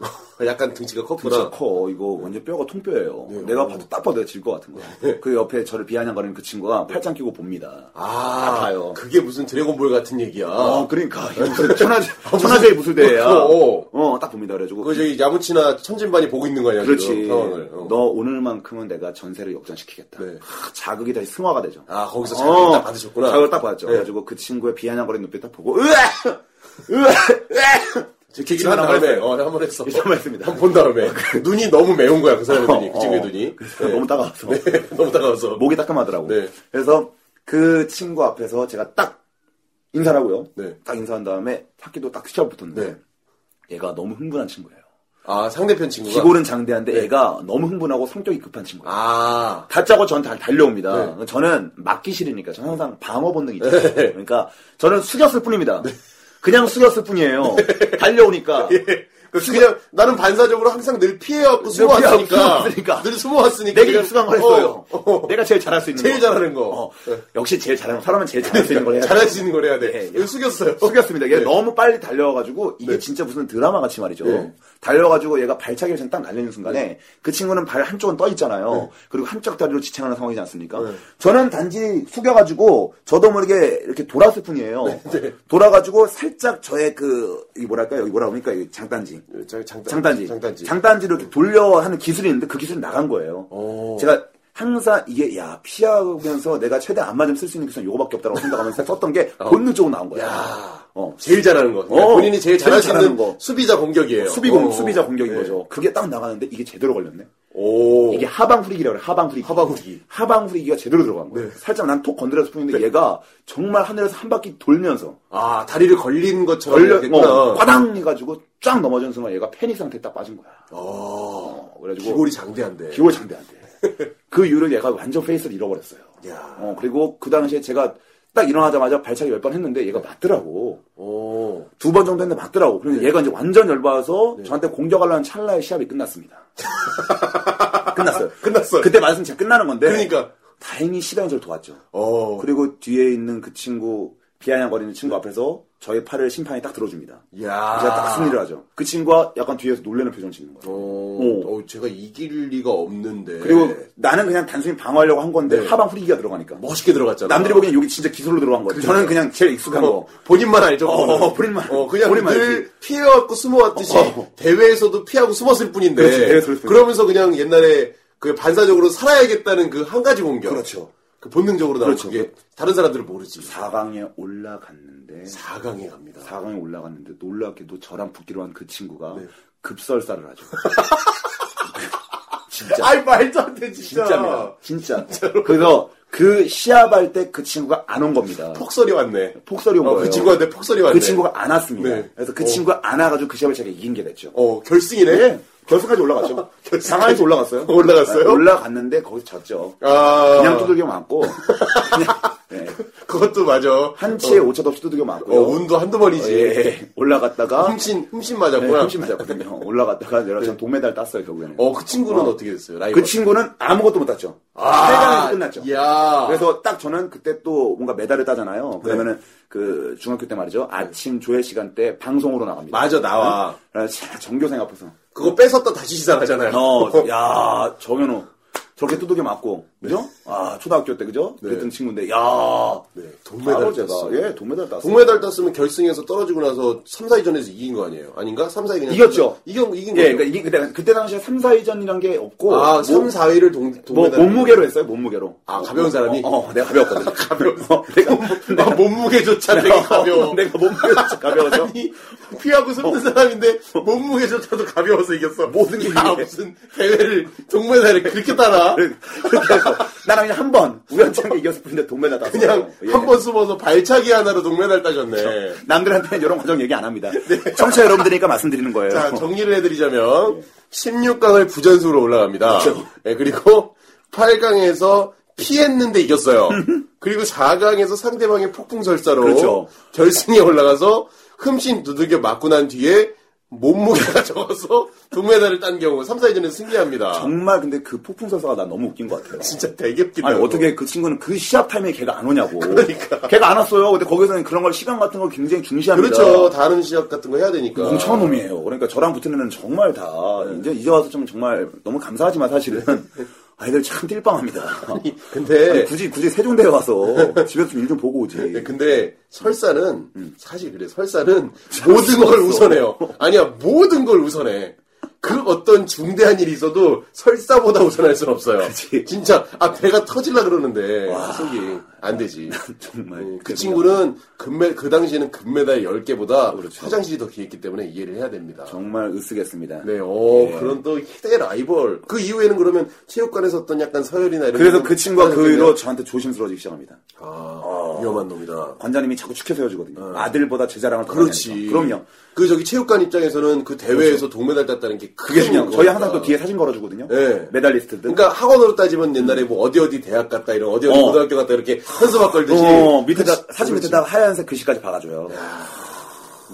S5: 약간 등치가
S2: 진짜
S5: 커프라.
S2: 커. 이거 완전 뼈가 통뼈예요.
S5: 네.
S2: 내가 봐도 딱 봐도 질 것 같은 거야. 그 옆에 저를 비아냥거리는 그 친구가 팔짱 끼고 봅니다.
S5: 아,
S2: 아파요.
S5: 그게 무슨 드래곤볼 같은 얘기야.
S2: 아, 그러니까. 이게 무슨 천하제, 천하제의 무술대회야.
S5: 어,
S2: 어, 딱 봅니다. 그래가지고.
S5: 그 저기 야무치나 천진반이 보고 있는 거 아니야?
S2: 그렇지.
S5: 지금 상황을. 어.
S2: 너 오늘만큼은 내가 전세를 역전시키겠다.
S5: 네.
S2: 하, 자극이 다시 승화가 되죠. 어.
S5: 아, 거기서 자극을 딱 받으셨구나.
S2: 자극을 딱 받았죠.
S5: 네.
S2: 그래가지고 그 친구의 비아냥거리는 눈빛 딱 보고, 으악! 으악! 으악!
S5: 제키기를 한
S2: 지나가고
S5: 다음에,
S2: 있어요.
S5: 어, 한번 했어.
S2: 이런 말씀입니다.
S5: 한 본 다음에. 눈이 너무 매운 거야, 그 사람의 눈이. 그 친구의
S2: 어, 뭐
S5: 눈이.
S2: 그래서
S5: 네.
S2: 너무 따가워서.
S5: 네, 너무 따가워서.
S2: 목이 따끔하더라고.
S5: 네.
S2: 그래서 그 친구 앞에서 제가 딱 인사를 하고요.
S5: 네.
S2: 딱 인사한 다음에 학기도 딱 휘잡 붙었는데
S5: 네.
S2: 얘가 너무 흥분한 친구예요.
S5: 아, 상대편 친구가? 네.
S2: 기골은 장대한데 애가 너무 흥분하고 성격이 급한 친구예요.
S5: 아, 네.
S2: 다짜고 전 다- 달려옵니다. 저는 맞기 싫으니까 저는 항상 방어 본능 있잖아요. 그러니까 저는 숙였을 뿐입니다.
S5: 네.
S2: 그냥 숙였을 뿐이에요. 달려오니까
S5: 그 그냥 나는 반사적으로 항상 늘 피해갖고 숨어왔으니까.
S2: 숨어왔으니까.
S5: 늘 숨어왔으니까.
S2: 내가 입수한 걸 했어요.
S5: 어, 어.
S2: 내가 제일 잘할 수 있는
S5: 제일
S2: 거.
S5: 잘하는 거.
S2: 어.
S5: 네.
S2: 역시 제일 잘하는 거. 사람은 제일 잘할 수 있는 걸 해야 돼.
S5: 잘할 수 있는 걸 해야 돼.
S2: 네, 네.
S5: 이거 숙였어요.
S2: 속였습니다. 얘
S5: 네.
S2: 너무 빨리 달려와가지고 이게
S5: 네.
S2: 진짜 무슨 드라마 같이 말이죠.
S5: 네.
S2: 달려와가지고 얘가 발차기를 지금 딱 날리는 순간에 그 친구는 발 한쪽은 떠 있잖아요. 그리고 한쪽 다리로 지탱하는 상황이지 않습니까?
S5: 네.
S2: 저는 단지 숙여가지고 저도 모르게 이렇게 돌았을 뿐이에요.
S5: 네.
S2: 돌아가지고 살짝 저의 그, 이 뭐랄까요? 여기 뭐라 그럽니까? 이 장단지.
S5: 장, 장단,
S2: 장단지.
S5: 장단지.
S2: 로 이렇게 돌려 하는 기술이 있는데 그 기술이 나간 거예요.
S5: 오.
S2: 제가 항상 이게 야 피하면서 내가 최대한 안 맞으면 쓸 수 있는 기술은 요거밖에 없다라고 생각하면서 썼던 게 본능적으로 나온 거예요.
S5: 어. 야.
S2: 어.
S5: 제일 잘하는 거. 그러니까
S2: 어,
S5: 본인이 제일 잘할
S2: 제일
S5: 수 있는
S2: 잘하는 거.
S5: 수비자 공격이에요.
S2: 수비 공,
S5: 어.
S2: 수비자 공격인
S5: 네.
S2: 거죠. 그게 딱 나가는데 이게 제대로 걸렸네.
S5: 오.
S2: 이게 하방 후리기라고 그래. 하방 후리기.
S5: 하방 후리기. 네.
S2: 하방 후리기가 제대로 들어간 거예요. 살짝 난 톡 건드렸을 뿐인데 얘가 정말 하늘에서 한 바퀴 돌면서
S5: 아, 다리를 걸린 것처럼.
S2: 걸려,
S5: 이렇겠구나. 아,
S2: 어, 과당 해가지고 쫙 넘어진 순간 얘가 패닉 상태에 딱 빠진 거야.
S5: 어.
S2: 어, 그래가지고
S5: 기골이 장대한데.
S2: 기골 장대한데. 그 이후로 얘가 완전 페이스를 잃어버렸어요.
S5: 야.
S2: 어, 그리고 그 당시에 제가 딱 일어나자마자 발차기 몇 번 했는데 얘가 맞더라고.
S5: 오. 예.
S2: 두 번 정도 했는데 맞더라고. 그래서 얘가 이제 완전 열받아서
S5: 네.
S2: 저한테 공격하려는 찰나의 시합이 끝났습니다. 끝났어요.
S5: 끝났어요.
S2: 그때 맞으면 진짜 끝나는 건데.
S5: 그러니까.
S2: 다행히 시간이 저를 도왔죠.
S5: 어.
S2: 그리고 뒤에 있는 그 친구, 비아냥거리는 친구 앞에서 저의 팔을 심판이 딱 들어줍니다.
S5: 야.
S2: 제가 딱 승리를 하죠. 그 친구가 약간 뒤에서 놀라는 표정 짓는 거예요.
S5: 오. 어, 제가 이길 리가 없는데.
S2: 그리고 나는 그냥 단순히 방어하려고 한 건데
S5: 네.
S2: 하방 후리기가 들어가니까.
S5: 멋있게 들어갔잖아.
S2: 남들이 보기엔 여기 진짜 기술로 들어간 거예요. 저는 그냥 제일 익숙한
S5: 어,
S2: 거.
S5: 본인만 알죠.
S2: 뭐 어,
S5: 그거는.
S2: 어, 본인만.
S5: 어, 그냥
S2: 본인만
S5: 늘
S2: 알지.
S5: 피해갖고 숨어왔듯이
S2: 어, 어.
S5: 대회에서도 피하고 숨었을 뿐인데.
S2: 그렇지, 대회에서 숨었을 뿐.
S5: 러면서 그냥 옛날에 그 반사적으로 살아야겠다는 그 한 가지 공격.
S2: 그렇죠.
S5: 그 본능적으로 나오는
S2: 그렇죠.
S5: 게 다른 사람들은 모르지.
S2: 4강에 올라갔는데
S5: 4강에 갑니다.
S2: 4강에 올라갔는데 놀랍게도 저랑 붙기로 한 그 친구가
S5: 네.
S2: 급설사를 하죠. 진짜.
S5: 아이 말도 안 돼 진짜.
S2: 진짜입니다. 진짜. 그래서 그 시합할 때 그 친구가 안 온 겁니다.
S5: 폭설이 왔네.
S2: 폭설이 온
S5: 어,
S2: 거예요.
S5: 그 친구한테 폭설이 왔네.
S2: 그 친구가 안 왔습니다.
S5: 네.
S2: 그래서 그
S5: 어.
S2: 친구가 안 와가지고 그 시합을 제가 이긴 게 됐죠.
S5: 어 결승이네.
S2: 네. 결승까지 올라갔죠.
S5: 결승까지.
S2: 상하에서 올라갔어요.
S5: 올라갔어요?
S2: 네, 올라갔는데 거기서 졌죠.
S5: 아
S2: 그냥 두들겨 맞고 그냥, 네.
S5: 그것도 맞아.
S2: 한 치에 오차도 없이 두들겨
S5: 어,
S2: 맞고요.
S5: 운도 한두 번이지.
S2: 예. 올라갔다가
S5: 훔친 훔친
S2: 네,
S5: 맞았구나.
S2: 훔친 맞았거든요. 올라갔다가 여러 참 동메달 땄어요 결국에는.
S5: 어 그 친구는 어. 떻게 됐어요? 라이벌.
S2: 그 친구는 아무것도 못 땄죠.
S5: 아,
S2: 세강에서 끝났죠.
S5: 야.
S2: 그래서 딱 저는 그때 또 뭔가 메달을
S5: 네.
S2: 따잖아요. 그러면은 그 중학교 때 말이죠. 아침 조회 시간 때 방송으로 나갑니다.
S5: 맞아, 나와.
S2: 네? 자, 정교생 앞에서.
S5: 그거 뺏었다 다시 시작하잖아요.
S2: 어, 야, 정현우. 저렇게 두둑이 맞고, 그죠? 아, 초등학교 때, 그죠? 그랬던 친구인데, 야.
S5: 네, 동메달
S2: 제가,
S5: 땄어.
S2: 예, 동메달 땄어.
S5: 동메달 땄으면 결승에서 떨어지고 나서 3, 4위전에서 이긴 거 아니에요? 아닌가? 3, 4위 그냥
S2: 이겼죠.
S5: 이긴 이긴
S2: 예,
S5: 거죠.
S2: 그러니까 이게 그때, 그때 당시에 3, 4위전이란 게 없고.
S5: 아,
S2: 뭐-
S5: 3, 4위를 동,
S2: 뭐,
S5: 동메달.
S2: 몸무게로 했어요, 몸무게로.
S5: 아, 가벼운 사람이?
S2: 어, 어, 내가 가벼웠거든. 가벼운. 어, 내가,
S5: 아, 몸무게조차 되게 가벼워.
S2: 내가 몸무게조차 가벼워서.
S5: 아니, 피하고 숨는 사람인데 몸무게조차도 가벼워서 이겼어.
S2: 어. 모든 게
S5: 아,
S2: 이게. 그러니까.
S5: 무슨 대회를, 동메달을 그렇게 따라.
S2: 그렇게 해서. 나랑 그냥 한 번, 우연찮게 이겼을 뿐인데 동메달 땄어. 예. 그렇죠.
S5: 그냥 한 번 숨어서 발차기 하나로 동메달 따셨네.
S2: 남들한테는 이런 과정 얘기 안 합니다. 청취자 여러분들이니까 말씀드리는 거예요.
S5: 네. 자, 정리를 해드리자면 16강을 부전승으로 올라갑니다.
S2: 그렇죠.
S5: 예, 그리고 8강에서 피했는데 이겼어요. 그리고 4강에서 상대방의 폭풍설사로
S2: 그렇죠.
S5: 결승에 올라가서 흠씬 두들겨 맞고 난 뒤에 몸무게가 적어서 동메달을 딴 경우 3, 4위전에서 승리합니다.
S2: 정말 근데 그 폭풍 선수가 난 너무 웃긴 것 같아요.
S5: 진짜 되게 웃긴다.
S2: 아니
S5: 이거.
S2: 어떻게 그 친구는 그 시합 타임에 걔가 안 오냐고. 그러니까. 걔가 안 왔어요. 근데 거기서는 그런 걸 시간 같은 걸 굉장히 중시합니다.
S5: 그렇죠. 다른 시합 같은 거 해야 되니까. 네.
S2: 뭉쳐한 놈이에요. 그러니까 저랑 붙은 애는 정말 다 이제 이제 와서 좀 정말 너무 감사하지만 사실은 아이들 참 띨빵합니다.
S5: 근데-
S2: 아니, 굳이 굳이 세종대에 와서 집에서 좀 일 좀 보고 오지.
S5: 네, 근데 설사는 사실 그래 설사는 모든 걸 우선해요. 아니야 모든 걸 우선해. 그 어떤 중대한 일이 있어도 설사보다 우선할 순 없어요.
S2: 그치.
S5: 진짜 아 배가 터질라 그러는데 속이 안 되지.
S2: 정말
S5: 네, 그
S2: 그래서
S5: 친구는 금메 그 당시에는 금메달 10개보다
S2: 그렇죠.
S5: 화장실이 더 길기 때문에 이해를 해야 됩니다.
S2: 정말 으쓱했습니다.
S5: 네, 어,
S2: 예.
S5: 그런 또 희대의 라이벌. 그 이후에는 그러면 체육관에서 네, 어떤 약간 서열이나 이런
S2: 그래서
S5: 게
S2: 그 친구가 그
S5: 있었는데.
S2: 후로 저한테 조심스러워지기 시작합니다.
S5: 아,
S2: 아,
S5: 위험한 놈이다.
S2: 관장님이 자꾸 축켜 세워주거든요. 아들보다 제 자랑을 더 많이
S5: 어. 그렇지.
S2: 하니까. 그럼요.
S5: 그 저기 체육관 입장에서는 그 대회에서 동메달 땄다는 게
S2: 그렇죠. 그게
S5: 그게
S2: 중요한 거. 저희 항상 또 뒤에 사진 걸어주거든요.
S5: 예.
S2: 메달리스트들.
S5: 그러니까 학원으로 따지면 옛날에 뭐 어디 어디 대학 갔다 이런 어디 어디
S2: 어.
S5: 고등학교 갔다 이렇게 현수막 걸듯이
S2: 어, 밑에다 사진
S5: 그렇지.
S2: 밑에다 하얀색 글씨까지 박아줘요.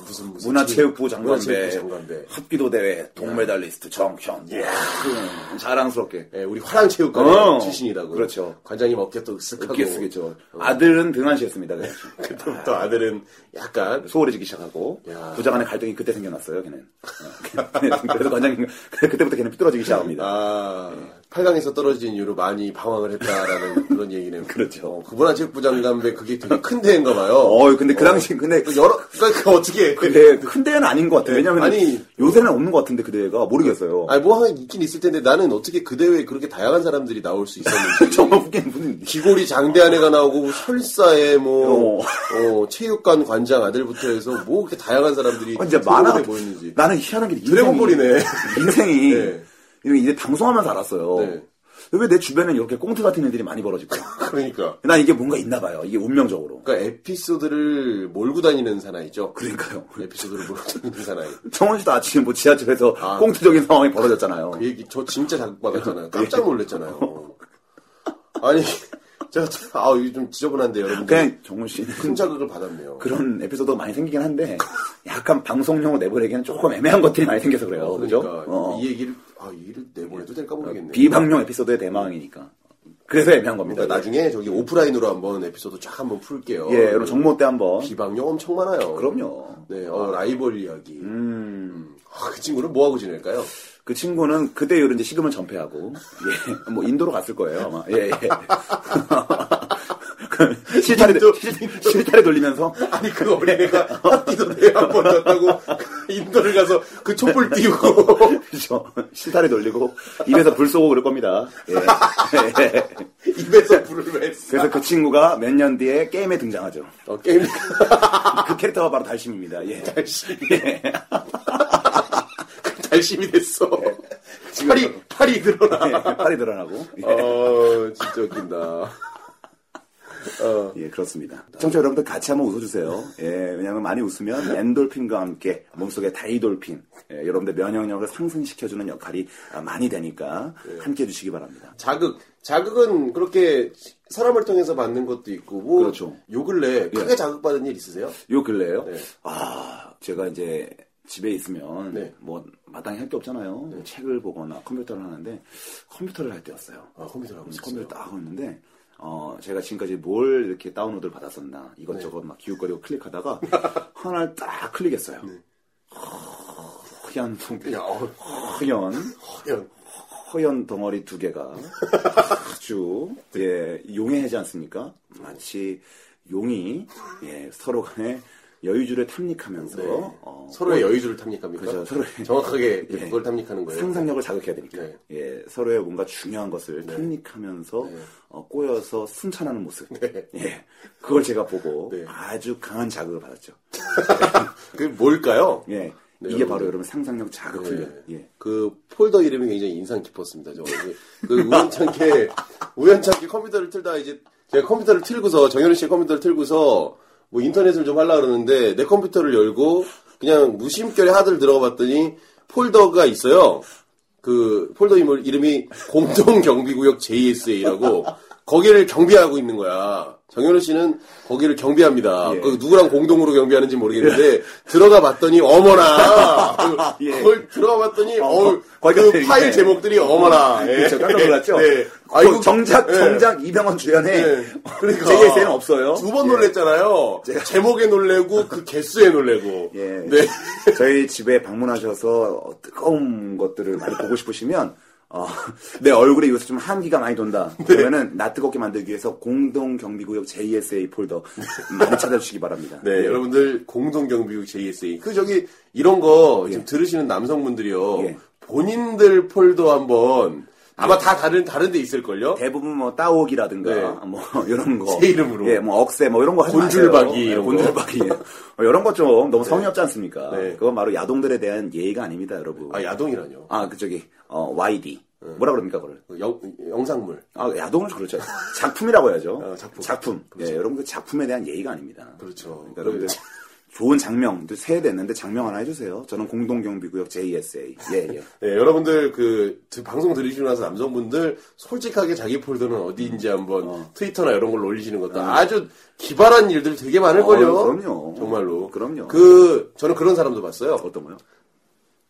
S5: 무슨 무슨
S2: 문화체육부
S5: 문화체육부
S2: 장관배,
S5: 장관배.
S2: 합기도 대회 동메달리스트 정현. 예. 자랑스럽게.
S5: 예, 우리 화랑체육관
S2: 어.
S5: 출신이라고.
S2: 그렇죠.
S5: 관장님 어깨도 으쓱하고.
S2: 웃게 쓰겠죠. 아들은 등한시했습니다. 그래서.
S5: 어. 그때부터 아들은 약간
S2: 소홀해지기 시작하고
S5: 야.
S2: 부자 간의 갈등이 그때 생겨났어요. 걔는. 어. 그래서 관장님 그때부터 걔는 삐뚤어지기 시작합니다.
S5: 아, 8강에서 떨어진 이유로 많이 방황을 했다라는 그런 얘기네요.
S2: 그렇죠.
S5: 어, 그 문화체육부 장관배 그게 되게 큰 대회인가 봐요.
S2: 어, 근데 그 당시 근데
S5: 그 여러 그러니까 그 어떻게
S2: 근데 큰 대회는 아닌 것 같아요. 왜냐면
S5: 아니.
S2: 요새는 없는 것 같은데 그 대회가 모르겠어요.
S5: 아니 뭐 하나 있긴 있을 텐데 나는 어떻게 그 대회에 그렇게 다양한 사람들이 나올 수 있었는지
S2: 정말 웃긴 분이
S5: 기골이 장대 안에가 나오고 설사에
S2: 어.
S5: 뭐 어, 체육관 관장 아들부터 해서 뭐 그렇게 다양한 사람들이
S2: 아, 이제
S5: 서울에
S2: 만화
S5: 보였는지
S2: 나는 희한한 게 인생이-
S5: 드래곤볼이네.
S2: 인생이
S5: 네.
S2: 이거 이제 방송하면서 알았어요.
S5: 네.
S2: 왜 내 주변에 이렇게 꽁트 같은 애들이 많이 벌어질까?
S5: 그러니까
S2: 난 이게 뭔가 있나 봐요. 이게 운명적으로.
S5: 그러니까 에피소드를 몰고 다니는 사나이죠.
S2: 그러니까요.
S5: 에피소드를 몰고 다니는 사나이.
S2: 정원 씨도 아침에 뭐 지하철에서
S5: 아,
S2: 꽁트적인 상황이 벌어졌잖아요.
S5: 그 얘기 저 진짜
S2: 네.
S5: 자극받았잖아요. 깜짝 놀랐잖아요. 아니 제가 아 이게 좀 지저분한데 여러분들
S2: 그냥 정원 씨는
S5: 큰 자극을 받았네요.
S2: 그런 에피소드가 많이 생기긴 한데 약간 방송용으로 내보내기에는 조금 애매한 것들이 많이 생겨서 그래요. 그죠?
S5: 그러니까
S2: 어.
S5: 이 얘기를 아 이 얘기를 내보내도 될까 모르겠네.
S2: 비방용 에피소드의 대망이니까. 그래서 애매한 겁니다.
S5: 그러니까 나중에 저기 오프라인으로 한번 에피소드 쫙 한번 풀게요.
S2: 네.
S5: 음,
S2: 예, 여러분 정모 때 한번.
S5: 비방용 엄청 많아요.
S2: 그럼요.
S5: 네, 어, 라이벌 이야기. 음. 아, 그 친구는 뭐 하고 지낼까요?
S2: 그 친구는 그때 이후로 이제 시금을 전폐하고, 예, 뭐 인도로 갔을 거예요 아마. 예, 예. 실타래
S5: 인도,
S2: 실타래 돌리면서 예.
S5: 아니 그 어린애가 핫띠도 대한번 갔다고 인도를 가서 그 촛불 띄우고
S2: 그죠 실타래 돌리고 입에서 불 쏘고 그럴 겁니다. 예. 예.
S5: 입에서 불을 맸어.
S2: 그래서 그 친구가 몇 년 뒤에 게임에 등장하죠.
S5: 어, 게임
S2: 그 캐릭터가 바로 달심입니다. 예.
S5: 달심. 달심이 됐어.
S2: 네.
S5: 팔이 팔이 늘어나.
S2: 예, 팔이 드러나고. 예.
S5: 어 진짜 웃긴다. 어.
S2: 예, 그렇습니다. 청취자 여러분들 같이 한번 웃어주세요. 예, 왜냐면 많이 웃으면 엔돌핀과 함께 몸속에 다이돌핀, 예, 여러분들 면역력을 상승시켜주는 역할이 아, 많이 되니까 함께 해주시기 바랍니다.
S5: 자극. 자극은 그렇게 사람을 통해서 받는 것도 있고, 뭐,
S2: 그렇죠.
S5: 요 근래 크게 자극받은 일 있으세요?
S2: 요 근래요?
S5: 네.
S2: 아, 제가 이제 집에 있으면
S5: 네.
S2: 뭐 마땅히 할 게 없잖아요. 책을 보거나 컴퓨터를 하는데 컴퓨터를 할 때였어요.
S5: 아, 컴퓨터를 하고
S2: 그래서
S5: 있어요.
S2: 컴퓨터를 딱 하고 있는데 어, 제가 지금까지 뭘 이렇게 다운로드를 받았었나 이것저것
S5: 네.
S2: 막 기웃거리고 클릭하다가 하나를 딱 클릭했어요. 허연 통
S5: 네. 야, 어,
S2: 허연
S5: 야,
S2: 허연 덩어리 두 개가 아주
S5: 네.
S2: 예 용해하지 않습니까? 마치 용이 예 서로 간에 여유주를 탐닉하면서
S5: 네.
S2: 어,
S5: 서로의 여의주를 탐닉합니까?
S2: 그렇죠. 서로의-
S5: 정확하게
S2: 예.
S5: 그걸 탐닉하는 거예요.
S2: 상상력을 자극해야 되니까
S5: 네.
S2: 예 서로의 뭔가 중요한 것을 탐닉하면서 어, 꼬여서 순찬하는 모습 예 그걸 제가 보고
S5: 네.
S2: 아주 강한 자극을 받았죠.
S5: 그게 뭘까요?
S2: 예
S5: 네,
S2: 이게
S5: 여러분들.
S2: 바로 여러분 상상력 자극 훈련 예.
S5: 그 폴더 이름이 굉장히 인상 깊었습니다. 저. 그- 그 우연찮게 우연찮게 컴퓨터를 틀다 이제 제가 컴퓨터를 틀고서 정현우 씨 컴퓨터를 틀고서 뭐 인터넷을 좀 하려 그러는데 내 컴퓨터를 열고 그냥 무심결에 하드를 들어봤더니 폴더가 있어요. 그 폴더 이름- 이름이 공동경비구역 JSA라고 거기를 경비하고 있는 거야. 정현우 씨는 거기를 경비합니다.
S2: 예.
S5: 그 누구랑 공동으로 경비하는지 모르겠는데 들어가 봤더니 어머나 그-
S2: 예.
S5: 그걸 들어가 봤더니 어우
S2: 거의
S5: 그
S2: 같아요.
S5: 파일
S2: 예.
S5: 제목들이 어머나 예.
S2: 그렇죠. 깜짝 놀랐죠?
S5: 네.
S2: 아, 이거 정작, 정작 이병헌 주연의 JSA는 없어요.
S5: 그러니까. 두 번 놀랬잖아요. 제목에 놀래고 그 개수에 놀래고.
S2: 예.
S5: 네.
S2: 저희 집에 방문하셔서 어, 뜨거운 것들을 많이 보고 싶으시면, 어, 내 얼굴에 요새 좀 한기가 많이 돈다.
S5: 네.
S2: 그러면은, 나 뜨겁게 만들기 위해서 공동경비구역 JSA 폴더 많이 찾아주시기 바랍니다.
S5: 네, 여러분들 공동경비국 JSA. 그 저기 이런 거 지금
S2: 예.
S5: 들으시는 남성분들이요.
S2: 예.
S5: 본인들 폴더 한번 아마 다 다른 다른 데 있을 걸요.
S2: 대부분 뭐 따오기라든가
S5: 어? 네.
S2: 뭐 이런 거,
S5: 제 이름으로.
S2: 예, 뭐 억새 뭐 이런 거 하지
S5: 곤줄박이
S2: 마세요. 예,
S5: 이런 거.
S2: 곤줄박이 어, 이런 것 좀 너무 성의 없지 않습니까?
S5: 네.
S2: 그건 바로 야동들에 대한 예의가 아닙니다, 여러분.
S5: 아 야동이라뇨.
S2: 아, 그 저기 어, YD 뭐라 그럽니까 그걸?
S5: 그 영, 영상물.
S2: 아, 야동은 그렇죠. 작품이라고 해야죠.
S5: 아, 작품.
S2: 예, 여러분들 작품에 대한 예의가 아닙니다.
S5: 그렇죠.
S2: 그러니까 여러분들
S5: 그렇죠.
S2: 좋은 장명, 이제 새해 됐는데 장명 하나 해주세요. 저는 공동경비구역 JSA. 예, 예.
S5: 네, 여러분들 그, 드- 방송 들으시고 나서 남성분들 솔직하게 자기 폴더는 어디인지 한번 트위터나 이런 걸로 올리시는 것도 아주 기발한 일들 되게 많을걸요.
S2: 음. 어, 그럼요.
S5: 정말로.
S2: 그럼요.
S5: 그 저는 그런 사람도 봤어요.
S2: 어떤 거요?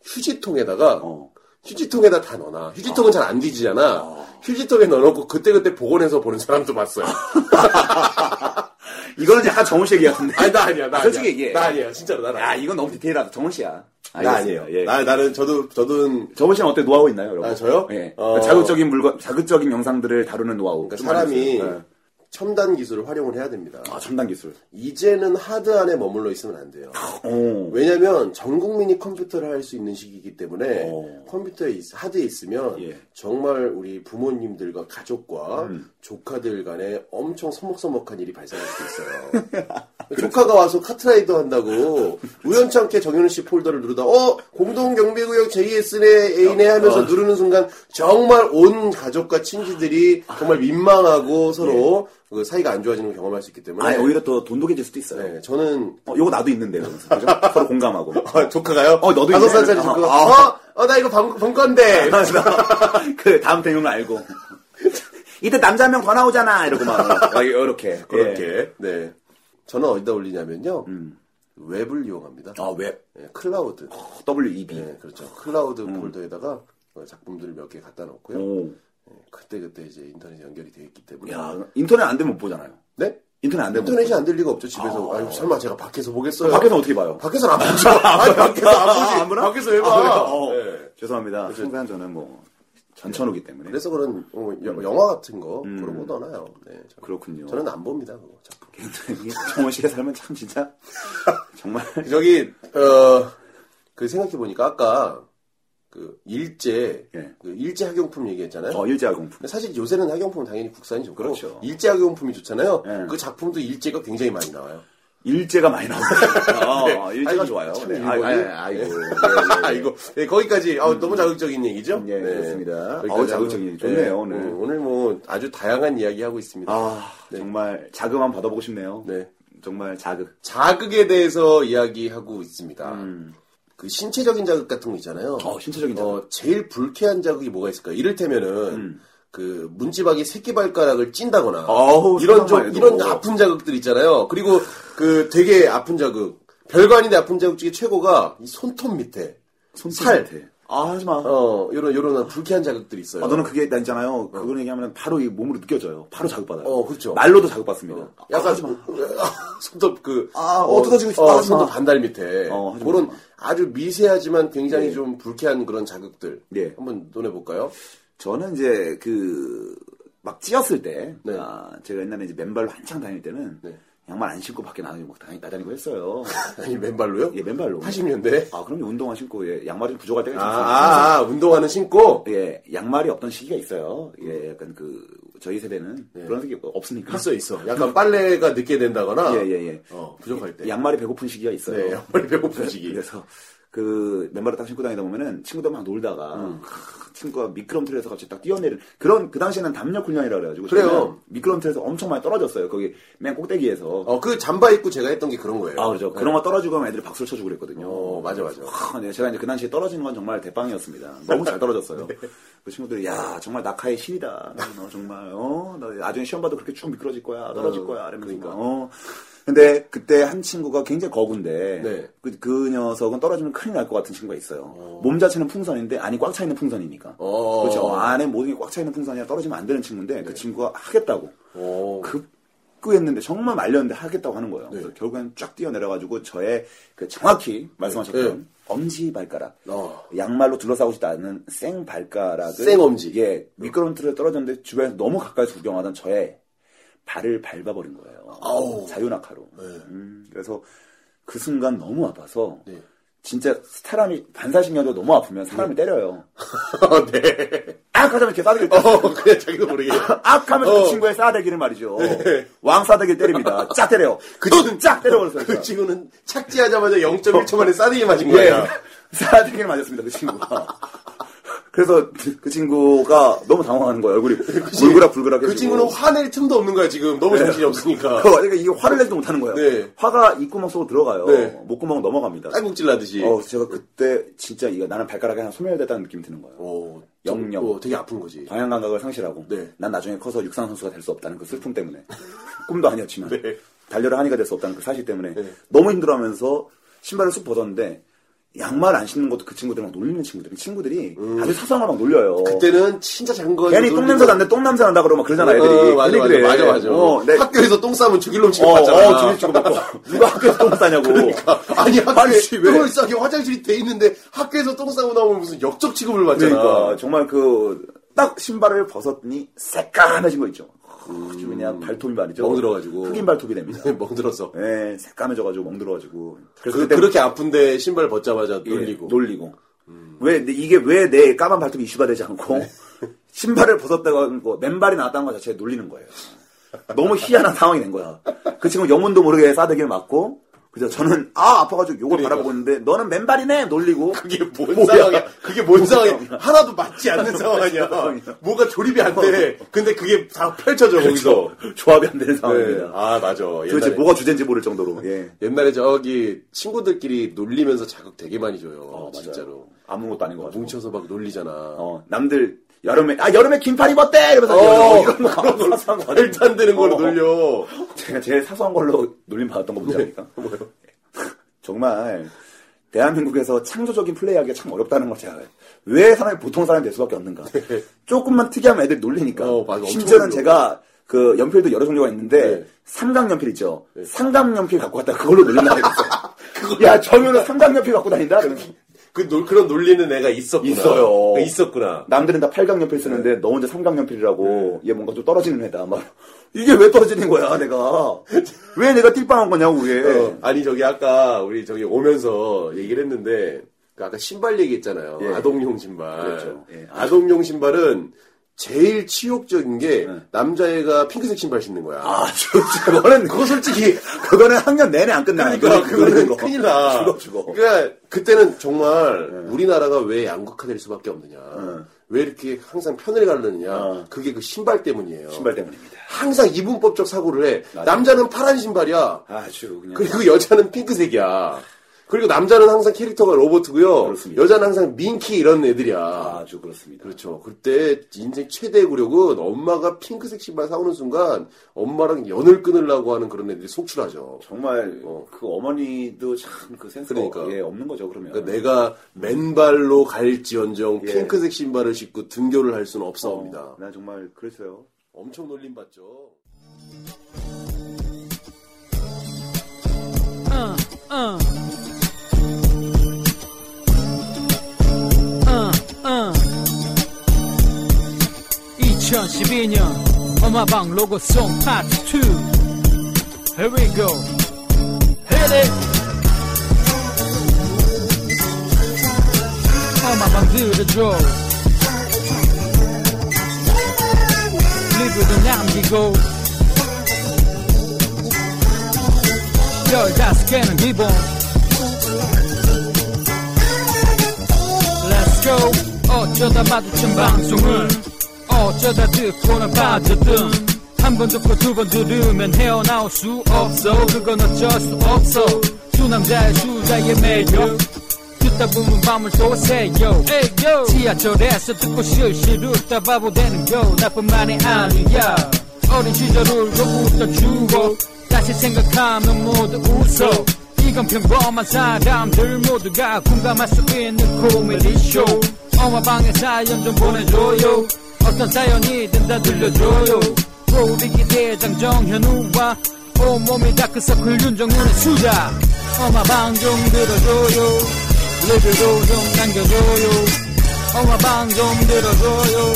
S5: 휴지통에다가
S2: 어.
S5: 휴지통에다 다 넣어놔. 휴지통은 잘 안 뒤지잖아.
S2: 어.
S5: 휴지통에 넣어놓고 그때그때 복원해서 보는 사람도 봤어요.
S2: 이거는 약간 정훈 씨 얘기였는데.
S5: 아니 나 아니야. 나
S2: 아, 솔직히
S5: 아니야.
S2: 얘기해.
S5: 나 아니야. 진짜로 나
S2: 야,
S5: 아니야.
S2: 이건 너무 디테일하다. 정훈 씨야.
S5: 나
S2: 알겠습니다.
S5: 아니에요.
S2: 예.
S5: 나 나는 저도 저도
S2: 정훈 씨는 어때 노하우 있나요, 여러분?
S5: 아, 저요?
S2: 예.
S5: 어.
S2: 자극적인 물건, 자극적인 영상들을 다루는 노하우.
S5: 그러니까
S2: 좀
S5: 사람이
S2: 알려주세요. 예.
S5: 첨단 기술을 활용을 해야 됩니다.
S2: 아, 첨단 기술.
S5: 이제는 하드 안에 머물러 있으면 안 돼요.
S2: 오.
S5: 왜냐면 전 국민이 컴퓨터를 할 수 있는 시기이기 때문에
S2: 어.
S5: 컴퓨터에 있- 하드에 있으면
S2: 예. 음.
S5: 정말 우리 부모님들과 가족과 조카들 간에 엄청 서먹서먹한 일이 발생할 수 있어요. 조카가 와서 카트라이더 한다고 우연찮게 정현우 씨 폴더를 누르다 어 공동 경비구역 JS네 A네
S2: 어.
S5: 하면서 누르는 순간 정말 온 가족과 친지들이 정말
S2: 아.
S5: 민망하고 서로 그 사이가 안 좋아지는 걸 경험할 수 있기 때문에
S2: 예. 아, 오히려 또 돈독해질 수도 있어요.
S5: 네, 저는
S2: 어, 요거 나도 있는데요. 그죠? 서로 공감하고.
S5: 아, 조카가요?
S2: 어, 너도
S5: 다섯
S2: 이제-
S5: 살짜리
S2: 어,
S5: 조카가.
S2: 어.
S5: 어, 어, 나 이거 번, 번 건데.
S2: 아, 그 다음 대용을 알고. 이때 남자 한 명 더 나오잖아. 이러고 막. 막 이렇게. 예.
S5: 그렇게. 네. 저는 어디다 올리냐면요. 웹을 이용합니다.
S2: 음. 아, E 웹.
S5: 네, 클라우드.
S2: WEB.
S5: 네, 그렇죠. 클라우드 폴더에다가 어, 작품들을 몇 개 갖다 놓고요.
S2: 음.
S5: 네,
S2: 오.
S5: 그때그때 이제 인터넷에 연결이 되어 있기 때문에.
S2: 야, 인터넷 안 되면 못 보잖아요.
S5: 네?
S2: 인터넷 안 되면. 못
S5: 인터넷이
S2: 보죠.
S5: 안 될 리가 없죠, 집에서.
S2: 아.
S5: 아, 유 설마 제가 밖에서 보겠어요?
S2: 밖에서 어떻게 봐요?
S5: 밖에서는 안 보죠. 아니, 밖에서 안 보지. 밖에서 왜 봐?
S2: 그래요? 어,
S5: 네.
S2: 죄송합니다. 순간 저는 뭐, 전천후기 때문에.
S5: 그래서 그런 어, 여- 영화 같은 거
S2: 음.
S5: 그런 거 떠나요. 네, 저는.
S2: 그렇군요.
S5: 저는 안 봅니다. 그거 작품.
S2: 굉장히 정원 씨의 삶은 참 진짜 정말
S5: 저기 어, 어그 생각해 보니까 아까 그 일제
S2: 예.
S5: 그 일제 학용품 얘기했잖아요.
S2: 어, 일제화 공품.
S5: 근데 사실 요새는 학용품은 당연히 국산이 좋고
S2: 그렇죠.
S5: 일제 학용품이 좋잖아요.
S2: 예.
S5: 그 작품도 일제가 굉장히 많이 나와요.
S2: 일제가 많이 나오네요. 어, 일제가
S5: 아니,
S2: 좋아요.
S5: 참
S2: 네.
S5: 일본이-
S2: 아, 아이고. 예,
S5: 아
S2: 예, 예.
S5: 이거 네, 거기까지 아, 너무 자극적인 얘기죠. 네.
S2: 예, 그렇습니다.
S5: 여기까지
S2: 어우, 자극적인 얘기 좋네요,
S5: 네.
S2: 오늘.
S5: 음, 오늘 뭐 아주 다양한 이야기 하고 있습니다.
S2: 아, 정말 자극 한번 받아보고 싶네요.
S5: 네.
S2: 정말 자극.
S5: 자극에 대해서 이야기하고 있습니다.
S2: 음.
S5: 그 신체적인 자극 같은 거 있잖아요.
S2: 어, 신체적인 자극. 음.
S5: 어, 제일 불쾌한 자극이 뭐가 있을까? 이를테면은 그 문지방에 새끼 발가락을 찐다거나
S2: 어우,
S5: 이런
S2: 상상만
S5: 좀
S2: 아, 해도. 뭐.
S5: 이런 아픈 자극들 있잖아요. 그리고 그 되게 아픈 자극. 별거 아닌데 아픈 자극 중에 최고가 이 손톱 밑에 살.
S2: 아, 하지 마.
S5: 어, 요런 요런 불쾌한 자극들이 있어요.
S2: 아, 너는 그게 나 있잖아요. 그건 얘기하면 바로 이 몸으로 느껴져요. 바로 자극받아요.
S5: 어, 그렇죠.
S2: 말로도 자극받습니다.
S5: 어, 약간 손톱 그
S2: 아, 어, 뜯어지고 싶다.
S5: 어,
S2: 하지 마.
S5: 손톱 반달 밑에
S2: 어, 하지 마,
S5: 그런
S2: 하지 마.
S5: 아주 미세하지만 굉장히
S2: 예.
S5: 좀 불쾌한 그런 자극들
S2: 예.
S5: 한번 논해 볼까요?
S2: 저는 이제 그, 막 찧었을 때,
S5: 네.
S2: 아, 제가 옛날에 이제 맨발로 한창 다닐 때는,
S5: 네.
S2: 양말 안 신고 밖에 뭐 나다니고, 막 다니- 나다니고 했어요.
S5: 아니 맨발로요?
S2: 예, 맨발로.
S5: 80년대.
S2: 아, 그럼요. 운동화 신고, 예, 양말이 부족할 때가
S5: 아,
S2: 있어요.
S5: 아, 아, 운동화는 신고
S2: 예, 양말이 없던 시기가 있어요. 예, 약간 그, 저희 세대는 그런 게 없으니까.
S5: 네. 있어 있어. 약간 빨래가 늦게 된다거나
S2: 예, 예, 예.
S5: 어, 부족할 때.
S2: 양말이 배고픈 시기가 있어요.
S5: 네, 양말이 배고픈 시기.
S2: 그래서 그 맨발로 딱 신고 다니다 보면은 친구들 막 놀다가
S5: 음.
S2: 크, 친구가 미끄럼 틀에서 갑자기 딱 뛰어내리는 그런 그 당시에는 담력 훈련이라 그래가지고
S5: 그래요.
S2: 저는 미끄럼 틀에서 엄청 많이 떨어졌어요. 거기 맨 꼭대기에서.
S5: 어, 그 잠바 입고 제가 했던 게 그런 거예요. 네.
S2: 아, 그렇죠. 그런 거 떨어지고 하면 애들이 박수를 쳐주고 그랬거든요.
S5: 어, 맞아, 맞아.
S2: 아, 네. 제가 이제 그 당시에 떨어지는 건 정말 대빵이었습니다. 너무 잘 떨어졌어요.
S5: 네.
S2: 그 친구들이, 야, 정말 낙하의 신이다. 너 정말, 어, 너 나중에 시험 봐도 그렇게 쭉 미끄러질 거야. 떨어질
S5: 어,
S2: 거야. 이러면서
S5: 그러니까.
S2: 막, 어. 근데 그때 한 친구가 굉장히 거군데,
S5: 네.
S2: 그, 그 녀석은 떨어지면 큰일 날 것 같은 친구가 있어요. 몸 자체는 풍선인데, 안이 꽉 차 있는 풍선이니까.
S5: 어. 네.
S2: 그렇죠. 안에 모든 게 꽉 차 있는 풍선이라 떨어지면 안 되는 친구인데, 그 친구가 하겠다고.
S5: 어.
S2: 급구했는데 정말 말렸는데 하겠다고 하는 거예요.
S5: 네.
S2: 그래서 결국엔 쫙 뛰어내려가지고 저의 그 정확히 말씀하셨던
S5: 네.
S2: 엄지 발가락,
S5: 어.
S2: 양말로 둘러싸고 싶지 않은 생 발가락을
S5: 생엄지.
S2: 예, 미끄럼 틀에 떨어졌는데 주변에서 너무 가까이서 구경하던 저의 발을 밟아버린 거예요. 자유낙하로. 음, 그래서 그 순간 너무 아파서
S5: 네.
S2: 진짜 사람이 반사신경도 너무 아프면 사람을 때려요. 아,
S5: 어, 네.
S2: 악 하자면 이렇게 싸대기
S5: 어, 그냥 자기도 모르게.
S2: 악 하면서
S5: 어. 네.
S2: 그 친구의 싸대기를 말이죠. 왕 싸대기를 때립니다. 쫙 때려요. 그 친구는 쫙 때려버렸어요. 어. 예.
S5: 그 친구는 착지하자마자 0.1초 만에 싸대기 맞은 거예요.
S2: 싸대기를 맞았습니다. 그 친구가. 그래서 그 친구가 너무 당황하는 거야. 얼굴이 불그락불그락 예.
S5: 그 친구는 화낼 틈도 없는 거야 지금 너무 정신이 없으니까
S2: 그러니까 이게 화를 내지도 못하는 거예요.
S5: 네.
S2: 화가 입구멍 속으로 들어가요.
S5: 네.
S2: 목구멍 넘어갑니다.
S5: 딸꾹질 나듯이
S2: 어, 제가 그때 진짜 이거 나는 발가락에 하나 소멸해야 된다는 느낌이 드는 거예요.
S5: 어,
S2: 영영.
S5: 어, 되게 아픈 거지
S2: 방향 감각을 상실하고
S5: 네.
S2: 난 나중에 커서 육상 선수가 될 수 없다는 그 슬픔 때문에 꿈도 아니었지만
S5: 네.
S2: 달려라 한이가 될 수 없다는 그 사실 때문에
S5: 네.
S2: 너무 힘들어하면서 신발을 쑥 벗었는데 양말 안 신는 것도 그 친구들 막 놀리는 친구들 친구들이 아주 사상을 막 놀려요.
S5: 음. 그때는 진짜 작은 거
S2: 괜히 똥 냄새 나는데 똥 냄새 난다 그러고 막 그러잖아 애들이.
S5: 어, 맞아,
S2: 괜히
S5: 맞아,
S2: 그래.
S5: 맞아 맞아
S2: 어, 내-
S5: 학교에서 똥 싸면 죽일 놈
S2: 어,
S5: 취급받잖아 그러니까.
S2: 어, 주일 주고 먹고 누가 학교에서 똥 싸냐고.
S5: 아니 학교에
S2: 그러니까. 아니, 왜?
S5: 똥을 싸게 화장실이 돼 있는데 학교에서 똥 싸고 나오면 무슨 역적 취급을 받잖아
S2: 그러니까 정말 그 딱 신발을 벗었니 새까매진 거 있죠. 아주 그냥 발톱이 말이죠.
S5: 음. 멍들어가지고. 네,
S2: 흑인 발톱이 됩니다.
S5: 멍들어서
S2: 예, 새까매져가지고 멍들어가지고. 그래서
S5: 그러니까.
S2: 그때
S5: 그, 렇게 아픈데 신발 벗자마자
S2: 예,
S5: 놀리고 음.
S2: 놀리고. 왜 내- 이게 왜 내 까만 발톱이 이슈가 되지 않고
S5: 네.
S2: 신발을 벗었다고 하는 거 맨발이 나왔다는 것 자체에 놀리는 거예요. 너무 희한한 상황이 된 거야. 그 친구 영문도 모르게 싸대기를 맞고 그죠? 저는 아 아파가지고 요걸
S5: 그러니까.
S2: 바라보고 있는데 너는 맨발이네 놀리고
S5: 그게 뭔 상황이야? 그게 뭔 상황이야? 하나도 맞지 않는 상황이야.
S2: 상황이야.
S5: 뭐가 조립이 안 돼. 근데 그게 다 펼쳐져 거기서.
S2: 조합이 안 되는
S5: 그렇죠. 네.
S2: 상황입니다.
S5: 아 맞아.
S2: 도대체
S5: 옛날에, 아,
S2: 뭐가 주제인지 모를 정도로. 예.
S5: 옛날에 저기 친구들끼리 놀리면서 자극 되게 많이 줘요.
S2: 맞아요.
S5: 진짜로.
S2: 아무것도 아닌 것 같아.
S5: 뭉쳐서 막 놀리잖아.
S2: 어, 남들 여름에 아 여름에 긴팔 입었대 이러면서
S5: 어,
S2: 이런 거 그런 걸로 사소한 거
S5: 말도 안 되는 걸로
S2: 어.
S5: 놀려.
S2: 제가 제일 사소한 걸로 놀림 받았던 거 뭔지 압니까?
S5: 네. 뭐요?
S2: 정말 대한민국에서 창조적인 플레이하기가 참 어렵다는 걸 제가 왜 사람이 보통 사람이 될 수밖에 없는가? 조금만 특이하면 애들 놀리니까.
S5: 네. 어, 맞아. 엄청
S2: 심지어는
S5: 놀려.
S2: 제가 그 연필도 여러 종류가 있는데
S5: 네.
S2: 삼각 연필 있죠. 삼각 연필 갖고 갔다 그걸로 놀린다 그랬어요. 야 정현은 삼각 연필 갖고 다닌다. 이러면서.
S5: 그 놀, 그런 놀리는 애가 있었구나.
S2: 있어요.
S5: 그 있었구나.
S2: 남들은 다 팔각 연필
S5: 네.
S2: 쓰는데 너 혼자 삼각 연필이라고 얘 뭔가 좀 떨어지는 애다 막 이게 왜 떨어지는 거야 내가 왜 내가 띨빵한 거냐고 그게
S5: 어, 아니 저기 아까 우리 저기 오면서 얘기를 했는데 그 아까 신발 얘기했잖아요.
S2: 예.
S5: 아동용 신발.
S2: 그렇죠. 예.
S5: 아동용 신발은 제일 치욕적인 게
S2: 네.
S5: 남자애가 핑크색 신발 신는 거야.
S2: 아 진짜 그거는 그거 솔직히 그거는 학년 내내 안 끝나
S5: 그러니까 그거는
S2: 거.
S5: 큰일 나.
S2: 죽어 죽어
S5: 그러니까 그때는 정말 우리나라가 왜 양극화될 수밖에 없느냐.
S2: 네.
S5: 왜 이렇게 항상 편을 가르느냐.
S2: 어.
S5: 그게 그 신발 때문이에요.
S2: 신발 때문입니다
S5: 항상 이분법적 사고를 해.
S2: 맞아요. 네.
S5: 남자는 파란 신발이야.
S2: 아주 그냥
S5: 그리고 여자는 핑크색이야. 그리고 남자는 항상 캐릭터가 로버트고요.
S2: 그렇습니다.
S5: 여자는 항상 민키 이런 애들이야.
S2: 아주 그렇습니다
S5: 그렇죠. 그때 인생 최대의 굴욕은 엄마가 핑크색 신발 사오는 순간 엄마랑 연을 끊으려고 하는 그런 애들이 속출하죠.
S2: 정말
S5: 어.
S2: 그 어머니도 참 그 센스가
S5: 그러니까.
S2: 예, 없는 거죠 그러면
S5: 그러니까 내가 맨발로 갈지언정
S2: 예.
S5: 핑크색 신발을 신고 등교를 할 수는 없사옵니다.
S2: 어, 나 정말 그랬어요
S5: 엄청 놀림받죠.
S4: Uh, uh. Uh, uh. 2012년 엄마방 로고송 파트 2 Here we go Hit it 엄마방 들어줘 리뷰도 남기고 15개는 기본 Let's go 어쩌다 마주친 방송을 어쩌다 듣고는 빠졌든 한 번 듣고 두 번 들으면 헤어나올 수 없어 그건 어쩔 수 없어 두 남자의 수자의 매력 듣다 보면 밤을 또 새요 지하철에서 듣고 실실 웃다 바보 되는 겨 나뿐만이 아니야 어린 시절 울고 웃던 주고 다시 생각하면 모두 웃어 이건 평범한 사람들 모두가 공감할 수 있는 코미디쇼 엄마방에 사연 좀 보내줘요 어떤 사연이든 다 들려줘요 고리기 대장 정현우와 온몸이 다크서클 윤정훈의 수다 엄마방 좀 들어줘요 리뷰도 좀 남겨줘요 엄마방 좀 들어줘요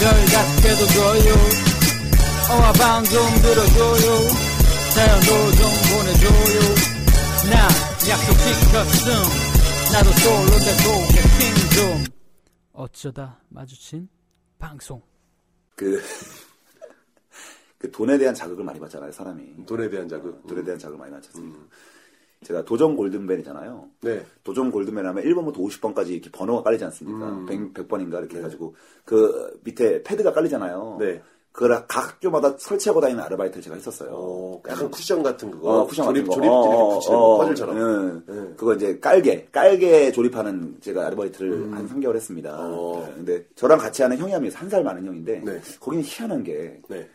S4: 별 다섯 개도 줘요 엄마 방좀 들어줘요 사연도 좀 보내줘요 나 약속 지켰음 나도 솔로 내 고객팅 좀 어쩌다 마주친 방송
S2: 그, 그 돈에 음. 대한 자극을 많이 받잖아요 사람이
S5: 돈에 대한 자극.
S2: 음. 돈에 대한 자극을 많이 받잖습니다 제가 도전 골든벨이잖아요.
S5: 네.
S2: 도전 골드맨 하면 1번부터 50번까지 이렇게 번호가 깔리지 않습니까?
S5: 음.
S2: 100, 번인가 이렇게 해가지고 그 밑에 패드가 깔리잖아요.
S5: 네.
S2: 그걸 각 학교마다 설치하고 다니는 아르바이트를 제가 했었어요.
S5: 어,
S2: 약간
S5: 약간 쿠션 같은 그거.
S2: 어, 쿠션
S5: 조립,
S2: 같은 거.
S5: 조립,
S2: 어,
S5: 이렇게
S2: 어,
S5: 붙이는
S2: 어,
S5: 거, 퍼즐처럼.
S2: 예.
S5: 예.
S2: 그거 이제 깔개, 깔개 조립하는 제가 아르바이트를 한 3개월 했습니다.
S5: 음. 어.
S2: 네. 근데 저랑 같이 하는 형이 한 살 많은 형인데
S5: 네.
S2: 거기는 희한한 게
S5: 네.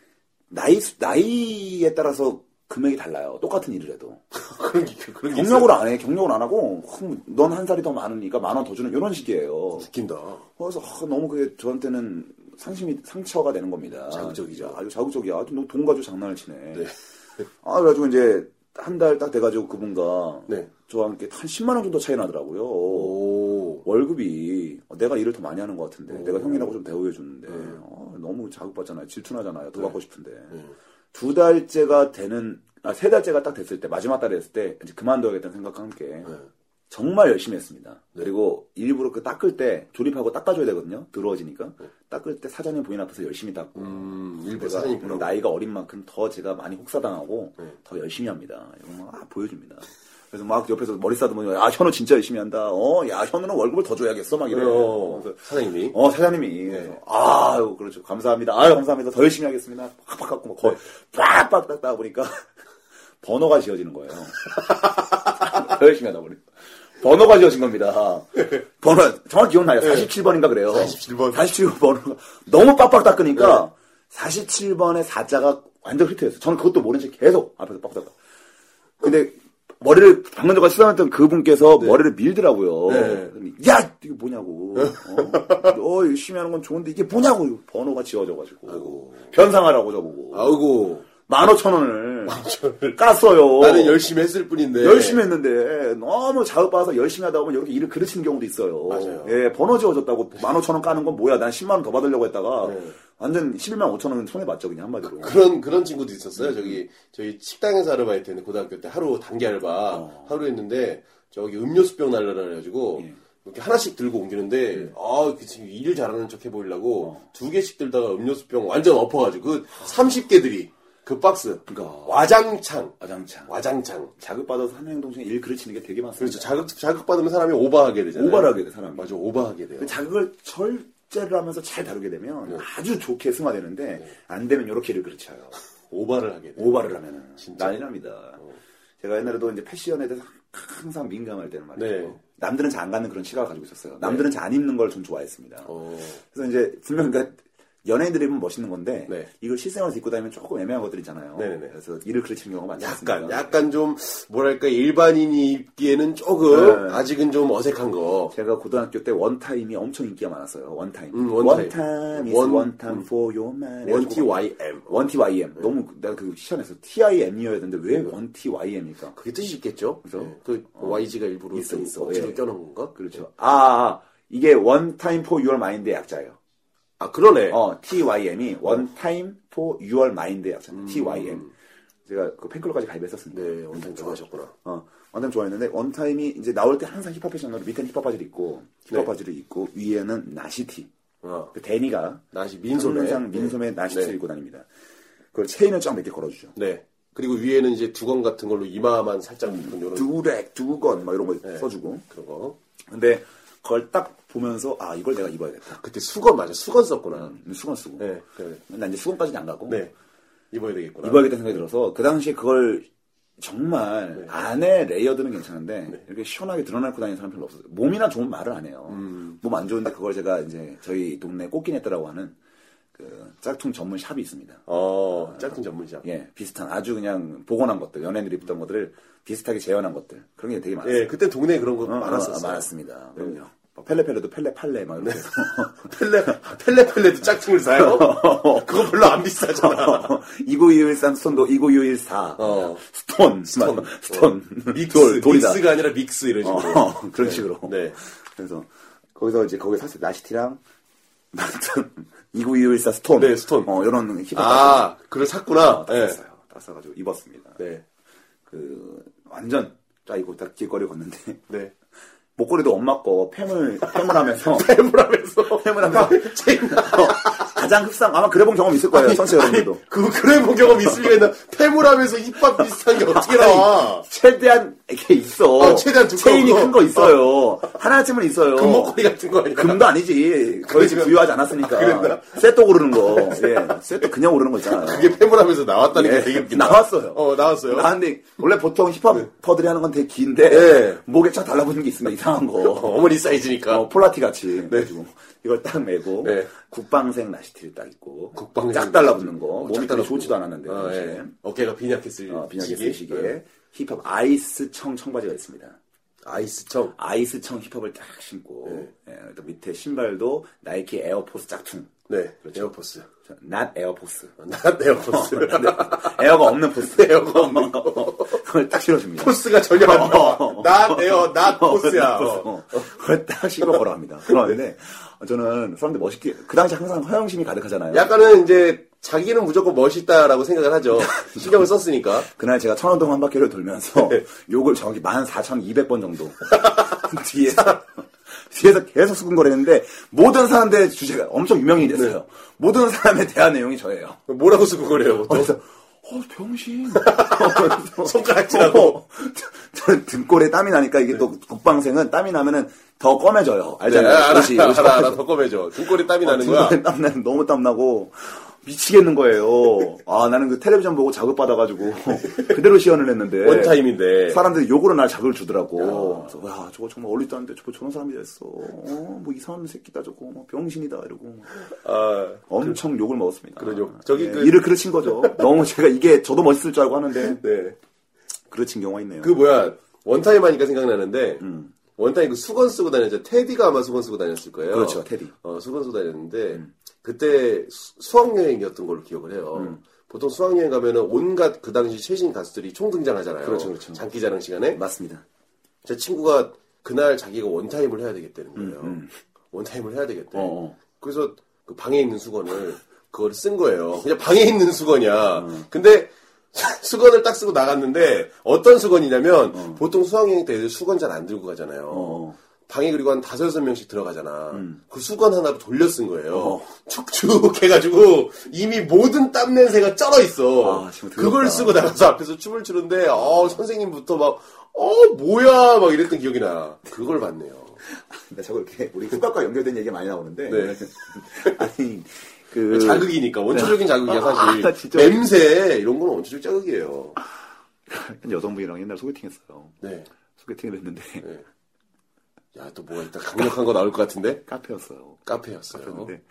S2: 나이 수- 나이에 따라서 금액이 달라요. 똑같은 일을 해도.
S5: 그런 게, 그런 게.
S2: 경력을 안 해, 경력을 안 하고, 넌 한 살이 더 많으니까 만 원 더 주는 이런 식이에요.
S5: 있어요. 웃긴다.
S2: 그래서 아, 너무 그게 저한테는 상심이 상처가 되는 겁니다.
S5: 자극적이죠.
S2: 아주 자극적이야. 아주 너돈 가지고 장난을 치네. 아 그래가지고 이제 한 달 딱 돼가지고 그분과
S5: 네.
S2: 저와 함께 한 10만 원 정도 차이 나더라고요.
S5: 오.
S2: 월급이 어, 내가 일을 더 많이 하는 것 같은데 내가 형이라고 좀 대우해 줬는데
S5: 어. 네.
S2: 아, 너무 자극받잖아요. 질투나잖아요. 더
S5: 네.
S2: 받고 싶은데
S5: 네.
S2: 두 달째가 되는 아, 세 달째가 딱 됐을 때 마지막 달이 됐을 때 이제 그만둬야겠다는 생각과 함께
S5: 네.
S2: 정말 열심히 했습니다. 그리고 일부러 그 닦을 때 조립하고 닦아줘야 되거든요. 더러워지니까 닦을 때 사장님 부인 앞에서 열심히 닦고
S5: 네. 음, 일부
S2: 내가
S5: 사장님 보라고.
S2: 그 나이가 어린 만큼 더 제가 많이 혹사당하고
S5: 네.
S2: 더 열심히 합니다. 이런 거 막 보여줍니다. 그래서 막 옆에서 머리 싸드면 아 현우 진짜 열심히 한다. 어, 야 현우는 월급을 더 줘야겠어 막 이래.
S5: 어,
S2: 그래서
S5: 사장님이. 네.
S2: 어 사장님이 그래서 아유 그렇죠 감사합니다. 아유 감사합니다. 더 열심히 하겠습니다. 팍팍 갖고 막 거의
S5: 네.
S2: 팍팍 닦다 보니까 번호가 지어지는 거예요. 더 열심히 하다 보니까. 번호가 지어진 겁니다. 번호, 정확히 기억나요.
S5: 네.
S2: 47번인가 그래요.
S5: 47번. 네.
S2: 47번호가 너무 빡빡 닦으니까 47번의 4자가 완전 히트했어요. 저는 그것도 모른 채 계속 앞에서 빡빡 닦아. 근데 머리를 방금 전까지 수상했던 그분께서 머리를 밀더라고요.
S5: 네.
S2: 그러니 야 이게 뭐냐고. 어, 너 열심히 하는 건 좋은데 이게 뭐냐고. 이거 번호가 지어져가지고 변상하라고 저보고
S5: 아이고.
S2: 15,000원을 깠어요.
S5: 나는 열심히 했을 뿐인데.
S2: 열심히 했는데 너무 자극받아서 열심히 하다 보면 이렇게 일을 그르치는 경우도 있어요.
S5: 맞아요.
S2: 예, 번호 지어줬다고 15,000원 까는 건 뭐야? 난 10만 원 더 받으려고 했다가
S5: 네.
S2: 완전 11만 5천 원 손해 봤죠 그냥 한마디로.
S5: 그런 그런 친구도
S2: 음.
S5: 있었어요. 저기 저희 식당에서 아르바이트 했는데 고등학교 때 하루 단기 알바
S2: 어.
S5: 하루 했는데 저기 음료수병 날려라 해가지고
S2: 예.
S5: 이렇게 하나씩 들고 옮기는데 아그 친구 일 잘하는 척 해보이려고
S2: 어.
S5: 두 개씩 들다가 음료수병 완전 엎어가지고 그 30개들이 그 박스
S2: 그러니까.
S5: 와장창
S2: 와장창.
S5: 와장창
S2: 자극받아서 하는 행동 중에 일 그르치는 게 되게 많습니다. 네.
S5: 그렇죠 자극 자극 받으면 사람이 오버하게 되잖아요. 그
S2: 오바라게 돼, 사람이.
S5: 맞아 오버하게 돼요.
S2: 그 자극을 절제를 하면서 잘 다루게 되면 아주 좋게 승화되는데 안 되면 이렇게 일을 그르쳐요.
S5: 오버를 하게 돼요.
S2: 오바를 하면은
S5: 진짜.
S2: 난리 납니다. 제가 옛날에도 이제 패션에 대해서 항상 민감할 때는 말이죠.
S5: 네.
S2: 남들은 잘 안 갖는 그런 시각을 가지고 있었어요. 남들은 잘 안 입는 걸 전 좋아했습니다.
S5: 어,
S2: 그래서 이제 분명 그러니까 연예인들 입으면 멋있는 건데
S5: 네.
S2: 이걸 실생활에서 입고 다니면 조금 애매한 것들 있잖아요.
S5: 네네네.
S2: 그래서 일을 그르치는 경우가 많지
S5: 약간
S2: 않습니까?
S5: 약간 좀 뭐랄까 일반인이 입기에는 조금
S2: 네.
S5: 아직은 좀 어색한 거.
S2: 제가 고등학교 때 원타임이 엄청 인기가 많았어요. 원타임.
S5: 음, 원타임.
S2: 원타임 is
S5: 원- 음.
S2: one time for your
S5: 네,
S2: man.
S5: 원TYM.
S2: 원TYM.
S5: 네.
S2: 너무 그- 내가 그 시험에서 TIM이어야 되는데 왜 원TYM일까?
S5: 그게 뜻이 있겠죠?
S2: 그죠?
S5: 네. 그 YG가 일부러
S2: 있어,
S5: 좀
S2: 있어.
S5: 억지로
S2: 예.
S5: 껴놓은 건가?
S2: 그렇죠. 아, 아, 아. 이게 one time for your mind의 약자예요.
S5: 아 그러네.
S2: 어, TYM이 one time for your mind의 약자예요. TYM. 제가 그 팬클럽까지 가입했었습니다.
S5: 음. 네, 원탄 좋아하셨구나.
S2: 어, 원타임 좋아했는데 원타임이 이제 나올 때 항상 힙합 패션으로 밑에는 힙합 바지를 입고 힙합
S5: 네.
S2: 바지를 입고 위에는 나시티.
S5: 어.
S2: 그 데니가
S5: 나시 민소매.
S2: 항상 민소매
S5: 네.
S2: 나시티를
S5: 네.
S2: 입고 다닙니다. 그걸 체인을 쫙 몇 개 걸어주죠.
S5: 네. 그리고 위에는 이제 두건 같은 걸로 이마만 살짝 이런 요런
S2: 두렉, 두건 막 이런 거
S5: 네.
S2: 써주고.
S5: 그런 거.
S2: 근데 그걸 딱 보면서 아 이걸 내가 입어야겠다.
S5: 그때 수건 맞아. 수건 썼구나.
S2: 수건 쓰고.
S5: 네. 그래.
S2: 나 이제 수건까지는 안 가고
S5: 네. 입어야 되겠구나.
S2: 입어야겠다는 생각이 들어서 그 당시에 그걸 정말
S5: 네.
S2: 안에 레이어드는 괜찮은데 이렇게 시원하게 드러내고 다니는 사람 별로 없어요. 몸이나 좋은 말을 안 해요.
S5: 음.
S2: 몸 안 좋은데 그걸 제가 이제 저희 동네 꽃기네뜨라고 하는 그 짝퉁 전문 샵이 있습니다.
S5: 어, 짧은 전문샵. 예.
S2: 예, 비슷한 아주 그냥 복원한 것들 연예인들이 입던 것들을 비슷하게 재현한 것들 그런 게 되게 많았어요.
S5: 예, 그때 동네에 그런 거
S2: 어,
S5: 많았었어요. 네.
S2: 아, 많았습니다. 그럼요. 펠레펠레도 펠레팔레 막 이렇게 해서
S5: 펠레, 펠레펠레도 짝퉁을 사요? 그거 별로 안 비싸잖아.
S2: 29213 스톤도 29214
S5: 어.
S2: 스톤 스톤 스톤 돌 돌이다
S5: 믹스가 아니라 믹스 이런 식으로.
S2: 어, 그런 식으로
S5: 네.
S2: 그래서 거기서 이제 거기 사실 나시티랑 나스톤 29214 스톤
S5: 네, 스톤.
S2: 어 이런 힙합
S5: 아, 그걸 샀구나. 예.
S2: 땄어요 땄어가지고 입었습니다
S5: 네.
S2: 그 완전 쫙 입고 딱 길거리 걷는데
S5: 네.
S2: 목걸이도 엄마 거 팸을 팸을 하면서
S5: 해보라면서. 아,
S2: 팸을 하면서 어,
S5: 제가
S2: 가장 흡상 아마 그래 본 경험 있을 거예요 선수 여러분도
S5: 그 그래 본 경험 있을 리가 있나? 패물하면서 입밥 비슷한 게 어떻게 나와?
S2: 최대한 이게 있어
S5: 아, 최대한 두꺼운
S2: 체인이
S5: 거.
S2: 큰 거 있어요 하나쯤은 있어요
S5: 금목걸이 같은 거 아니야?
S2: 금도 아니지 거의 지금
S5: 그랬나?
S2: 부유하지 않았으니까
S5: 아, 그랬나?
S2: 쇠또 오르는 거 예. 쇠또 그냥 오르는 거 있잖아요
S5: 그게 패물하면서 나왔다는 게
S2: 예.
S5: 네. 되게 웃긴다.
S2: 나왔어요.
S5: 어 나왔어요. 네.
S2: 아, 근데 원래 보통 힙합퍼들이 하는 건 되게 긴데
S5: 예.
S2: 목에 쫙 달라붙는 게 있으면 이상한 거.
S5: 어, 어머니 사이즈니까.
S2: 어, 폴라티 같이 그래가지고 이걸 딱 메고
S5: 네.
S2: 국방색 나시티를 딱 입고
S5: 국방색
S2: 쫙 달라붙는 거.
S5: 어,
S2: 몸이
S5: 쫙
S2: 별로
S5: 달라붙는
S2: 좋지도
S5: 거.
S2: 않았는데
S5: 어,
S2: 당시에.
S5: 예. 어깨가 빈약했을
S2: 어, 비나게
S5: 시기에.
S2: 쓰시게
S5: 예.
S2: 힙합 아이스 청 청바지가 있습니다.
S5: 아이스청.
S2: 아이스 청 힙합을 딱 신고 예, 또 밑에 신발도 나이키 에어포스 짝퉁.
S5: 네. 에어포스.
S2: 낫 에어포스.
S5: 나 에어포스.
S2: 에어가 없는 포스.
S5: 에어가 네. 없는
S2: 그걸 딱 실어줍니다.
S5: 포스가 전혀 안 나와.
S2: 어.
S5: 나 에어 나 포스야. 네. 어.
S2: 어. 그걸 딱 씹어 걸어갑니다. 그런데 저는 사람들 멋있게 그 당시 항상 허영심이 가득하잖아요.
S5: 약간은 이제 자기는 무조건 멋있다라고 생각을 하죠.
S2: 네.
S5: 신경을 썼으니까.
S2: 그날 제가 천호동 한 바퀴를 돌면서
S5: 네.
S2: 욕을 정확히 14,200번 정도 뒤에서 뒤에서 계속 수근거리는데 모든 사람들의 주제가 엄청 유명인이 됐어요.
S5: 네.
S2: 모든 사람에 대한 내용이 저예요.
S5: 뭐라고 쓰고 그래요, 보통?
S2: 그래서 어 병신 그래서
S5: 손가락질하고.
S2: 어, 저는 등골에 땀이 나니까 이게 또 국방생은 땀이 나면은 더 검해져요
S5: 네,
S2: 알잖아요
S5: 알아,
S2: 옷이, 옷이
S5: 알아, 알아,
S2: 검해져.
S5: 더 꺼매줘. 등골에
S2: 어,
S5: 땀이 나는 거야.
S2: 중간에 땀 나는 너무 땀 나고 미치겠는 거예요. 아 나는 그 텔레비전 보고 자극 받아가지고 그대로 시연을 했는데
S5: 원타임인데.
S2: 사람들이 욕으로 날 자극을 주더라고. 그래서 와 저거 정말 어리도 않는데 저거 저런 사람이 됐어. 어, 뭐 이상한 새끼다 저거 뭐 병신이다 이러고
S5: 아,
S2: 엄청 욕을 먹었습니다.
S5: 그런 욕. 저기
S2: 예,
S5: 그-
S2: 일을 그르친 거죠. 너무 제가 이게 저도 멋있을 줄 알고 하는데
S5: 네.
S2: 그르친 경우가 있네요.
S5: 그 뭐야, 원타임 하니까 생각나는데,
S2: 음.
S5: 원타임 그 수건 쓰고 다녔죠. 테디가 아마 수건 쓰고 다녔을 거예요.
S2: 그렇죠, 테디. 음.
S5: 어, 수건 쓰고 다녔는데, 그때 수, 학여행이었던 걸로 기억을 해요.
S2: 음.
S5: 보통 수학여행 가면은 온갖 그 당시 최신 가수들이 총등장하잖아요.
S2: 그렇죠, 그렇죠.
S5: 장기자랑 시간에.
S2: 맞습니다.
S5: 제 친구가 그날 자기가 원타임을 해야 되겠다는 거예요. 원타임을 해야 되겠대.
S2: 음, 어, 어.
S5: 그래서 그 방에 있는 수건을 그걸 쓴 거예요. 그냥 방에 있는 수건이야.
S2: 음.
S5: 근데 수건을 딱 쓰고 나갔는데 어떤 수건이냐면 보통 수학여행 때 애들 수건 잘 안 들고 가잖아요.
S2: 어.
S5: 방에 그리고 한 다섯 여섯 명씩 들어가잖아.
S2: 음.
S5: 그 수건 하나로 돌려 쓴 거예요.
S2: 어.
S5: 축축 해가지고 이미 모든 땀 냄새가 쩔어 있어.
S2: 아, 지금 들었다.
S5: 그걸 쓰고 나가서 앞에서 춤을 추는데 어 선생님부터 막 어 뭐야 막 이랬던 기억이 나. 그걸 봤네요.
S2: 근데 자꾸 이렇게 우리 국가과 연결된 얘기가 많이 나오는데
S5: 네.
S2: 아니 그
S5: 자극이니까 원초적인 자극이야 사실.
S2: 아, 진짜.
S5: 냄새 이런 건 원초적 자극이에요.
S2: 한 여성분이랑 옛날 소개팅했어요.
S5: 네.
S2: 소개팅을 했는데
S5: 야 또 뭐가 일단 강력한 거 나올 것 같은데
S2: 카페였어요.
S5: 카페였어요.
S2: 근데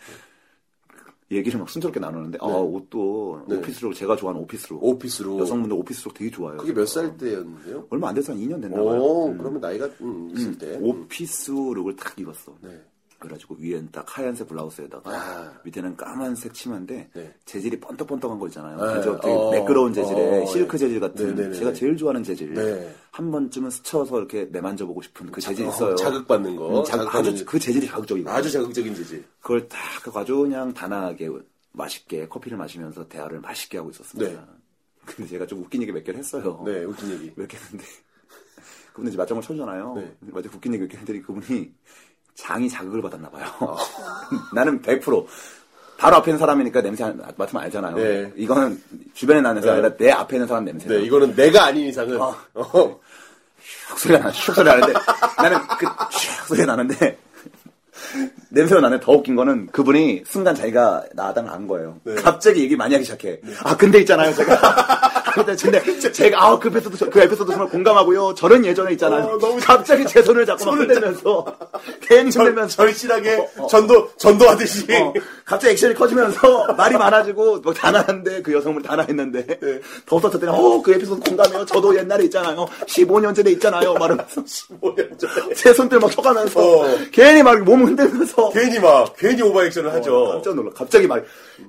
S2: 얘기를 막 순조롭게 나누는데 아, 옷도
S5: 네.
S2: 오피스룩 제가 좋아하는 오피스룩
S5: 오피스로.
S2: 여성분들 오피스룩 되게 좋아해요.
S5: 그게 몇 살 때였는데요?
S2: 얼마 안 돼서 한 2년 됐나 봐요.
S5: 오 그러면 나이가 음, 있을 때.
S2: 오피스룩을 딱 입었어.
S5: 네.
S2: 그래가지고 위에는 딱 하얀색 블라우스에다가
S5: 아.
S2: 밑에는 까만색 치마인데
S5: 네.
S2: 재질이 번떡번떡한 거 있잖아요.
S5: 네.
S2: 그래서 되게
S5: 어.
S2: 매끄러운 재질에
S5: 어,
S2: 실크
S5: 예.
S2: 재질 같은
S5: 네네네.
S2: 제가 제일 좋아하는 재질.
S5: 네.
S2: 한 번쯤은 스쳐서 이렇게 내만져보고 싶은 그 재질
S5: 어,
S2: 있어요.
S5: 자극받는 거.
S2: 음, 자-
S5: 자극받는
S2: 아주
S5: 재-
S2: 그 재질이 자극적이고
S5: 아주 자극적인 재질.
S2: 그걸 딱 하고 아주 그냥 단아하게 맛있게 커피를 마시면서 대화를 맛있게 하고 있었습니다.
S5: 네.
S2: 근데 제가 좀 웃긴 얘기 몇 개를 했어요.
S5: 네, 웃긴 얘기.
S2: 몇 개뭐 했는데 그분이 이제 맞장구 쳐주잖아요.
S5: 네.
S2: 맞아 웃긴 얘기 몇개 했더니 그분이 장이 자극을 받았나 봐요.
S5: 아.
S2: 나는 100% 바로 앞에 있는 사람이니까 냄새 안- 맡으면 알잖아요.
S5: 네.
S2: 이거는 주변에 나는 냄새 가
S5: 네.
S2: 아니라 내 앞에 있는 사람 냄새.
S5: 네, 이거는 내가 아닌 이상은.
S2: 어.
S5: 어.
S2: 슉그 소리가 나, 슉 소리 나는데 나는 그슉 소리 나는데 냄새가 나는데 더 웃긴 거는 그분이 순간 자기가 나당 안 거예요. 갑자기 얘기 많이 하기 시작해. 아 근데 있잖아요 제가. 근데 근데 제가 아우 그 에피소드 저- 그 에피소드 정말 공감하고요. 저는 예전에 있잖아요.
S5: 어, 너무
S2: 갑자기 제 손을 잡고 막 흔들면서 괜히
S5: 절,
S2: 흔들면서
S5: 절실하게 전도 전도하듯이
S2: 어, 갑자기 액션이 커지면서 말이 많아지고 뭐 단아한데 그 여성분 단아했는데 더 웃었을 때는 어그 에피소드 공감해요. 저도 옛날에 있잖아요. 15년 전에 있잖아요. 말하면서
S5: 뭐야, 저-
S2: 제 손들 막 쳐가면서
S5: 어.
S2: 괜히 막 몸을 흔들면서
S5: 괜히 막 괜히 오버액션을
S2: 어,
S5: 하죠.
S2: 깜짝 놀라 갑자기 막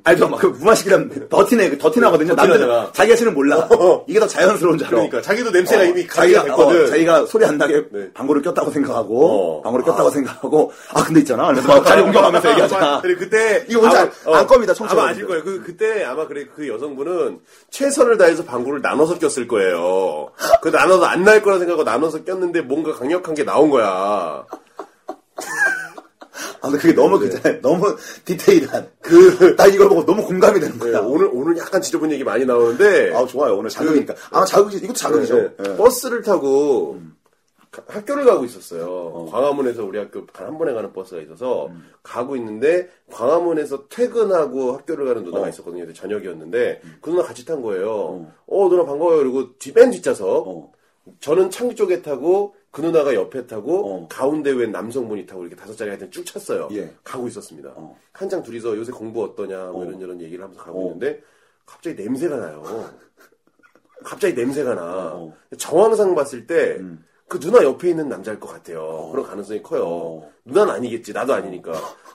S2: 알죠 막그 무마식이라면 더티네 더티나거든요
S5: 더티나잖아.
S2: 남들 자기가 지는 몰라
S5: 어.
S2: 이게 더 자연스러운 줄 알아
S5: 그러니까 자기도 냄새가
S2: 어,
S5: 이미 가기가 됐거든.
S2: 어, 자기가 소리 안 나게
S5: 네.
S2: 방구를 꼈다고 아, 생각하고
S5: 어.
S2: 방구를 꼈다고 생각하고 아 근데 있잖아 그래서 막 자리 옮겨가면서 얘기하잖아
S5: 그리고 그때 이거 뭔지 안,
S2: 아마, 어,
S5: 안 겁니다, 청취자.
S2: 아마
S5: 여러분들.
S2: 아실 거예요.
S5: 그, 그때 아마 그래, 그 여성분은 최선을 다해서 방구를 나눠서 꼈을 거예요. 그 나눠서 안 날 거라 생각하고 나눠서 꼈는데 뭔가 강력한 게 나온 거야.
S6: 아, 근데 그게 너무
S5: 네.
S6: 그잖아요. 너무 디테일한. 그, 나 이걸 보고 너무 공감이 되는
S5: 네,
S6: 거야.
S5: 오늘, 오늘 약간 지저분 얘기 많이 나오는데.
S6: 아우, 좋아요. 오늘 자극이니까. 아마 자극이, 이것도 자극이죠.
S5: 그 네, 네.
S6: 예.
S5: 버스를 타고 가- 학교를 가고 있었어요. 음. 광화문에서 우리 학교 단 한 번에 가는 버스가 있어서 가고 있는데 광화문에서 퇴근하고 학교를 가는 누나가 있었거든요. 근데 저녁이었는데 그 누나 같이 탄 거예요. 어, 누나 반가워요. 그리고 뒤맨 뒷좌석
S2: 어.
S5: 저는 창 쪽에 타고 그 누나가 옆에 타고
S2: 어.
S5: 가운데 웬 남성분이 타고 이렇게 다섯 자리 하여튼 쭉 찼어요.
S2: 예.
S5: 가고 있었습니다.
S2: 어.
S5: 한장 둘이서 요새 공부 어떠냐 뭐
S2: 어.
S5: 이런 이런 얘기를 하면서 가고
S2: 어.
S5: 있는데 갑자기 냄새가 나요. 갑자기 냄새가 나.
S2: 어.
S5: 정황상 봤을 때 그
S2: 음.
S5: 누나 옆에 있는 남자일 것 같아요. 그런 가능성이 커요.
S2: 어.
S5: 누나는 아니겠지. 나도 아니니까.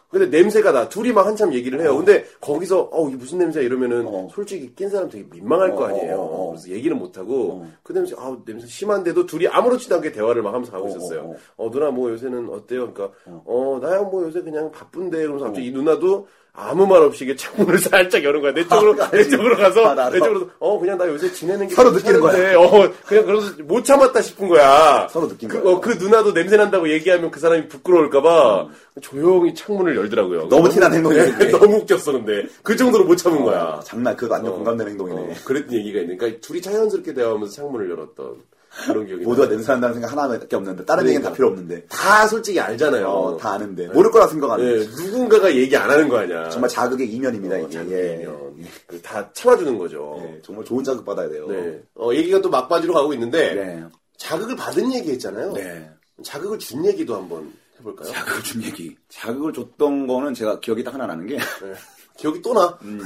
S5: 근데 냄새가 나. 둘이 막 한참 얘기를 해요. 근데 거기서 어 이게 무슨 냄새야 이러면은
S2: 어.
S5: 솔직히 낀 사람 되게 민망할 거
S2: 어,
S5: 아니에요.
S2: 어, 어, 어.
S5: 그래서 얘기는 못 하고
S2: 어.
S5: 그 냄새 아 냄새 심한데도 둘이 아무렇지도 않게 대화를 막 하면서 가고
S2: 어,
S5: 있었어요.
S2: 어,
S5: 어, 누나 뭐 요새는 어때요? 그러니까 어,
S2: 어.
S5: 나야 뭐 요새 그냥 바쁜데 그러면서 갑자기 이 누나도 아무 말 없이 이게 창문을 살짝 여는 거야. 내 쪽으로 내 쪽으로
S6: 아,
S5: 가서
S6: 나도.
S5: 내 쪽으로 어 그냥 나 요새 지내는 게
S6: 서로 느끼는
S5: 괜찮은데, 어 그냥 그래서 못 참았다 싶은 거야.
S6: 서로 느낀
S5: 그,
S6: 거야.
S5: 어, 그 누나도 냄새 난다고 얘기하면 그 사람이 부끄러울까봐 조용히 창문을 열더라고요.
S6: 너무 티난 행동이네.
S5: 네, 너무 웃겼어 근데 그 정도로 못 참은 거야.
S6: 아, 장난, 그거 완전
S5: 어.
S6: 공감되는 행동이네.
S5: 어, 그랬던 얘기가 있는데, 그러니까 둘이 자연스럽게 대화하면서 창문을 열었던 그런 기억이.
S6: 모두가
S5: 나요.
S6: 냄새 난다는 생각 하나밖에 없는데,
S2: 그러니까.
S6: 다른 얘기는 다 필요 없는데.
S5: 다 솔직히 알잖아요.
S6: 어, 다 아는데.
S2: 네.
S6: 모를 거라 생각하는
S5: 예,
S6: 거지.
S5: 누군가가 얘기 안 하는 거 아니야. 어,
S6: 정말 자극의
S2: 어,
S6: 이면입니다, 이게. 예.
S5: 자기면 그 다 참아주는 거죠.
S6: 예, 정말 좋은 자극 받아야 돼요. 어.
S5: 네. 어, 얘기가 또 막바지로 가고 있는데
S2: 네.
S5: 자극을 받은 얘기 했잖아요.
S2: 네.
S5: 자극을 준 얘기도 한번 해볼까요?
S2: 자극을 준 얘기. 자극을 줬던 거는 제가 기억이 딱 하나 나는 게,
S5: 네. 기억이 또 나.
S2: 음,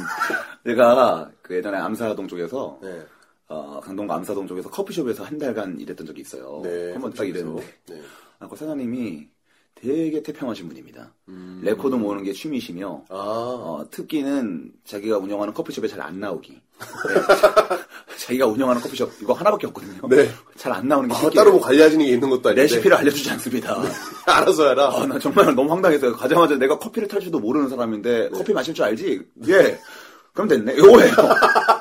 S2: 제가 그 예전에 암사동 쪽에서,
S5: 네.
S2: 어, 강동과 암사동 쪽에서 커피숍에서 한 달간 일했던 적이 있어요.
S5: 네.
S2: 한 번 딱 일했는데.
S5: 네.
S2: 아, 그 사장님이 되게 태평하신 분입니다.
S5: 음.
S2: 레코드 모으는 게 취미시며,
S5: 아,
S2: 어, 특기는 자기가 운영하는 커피숍에 잘 안 나오기.
S5: 음.
S2: 네. 자기가 운영하는 커피숍 이거 하나밖에 없거든요.
S5: 네.
S2: 잘 안 나오는 게
S5: 아,
S2: 특기예요. 네,
S5: 따로 뭐 관리하시는 게 있는 것도 아닌데. 네.
S2: 레시피를 알려주지 않습니다.
S5: 알아서 네. 해라.
S2: 아, 나 정말 너무 황당했어요. 가자마자 내가 커피를 탈 줄도 모르는
S5: 네.
S2: 사람인데 커피 마실 줄 알지? 예. 그럼 됐네. 요거예요.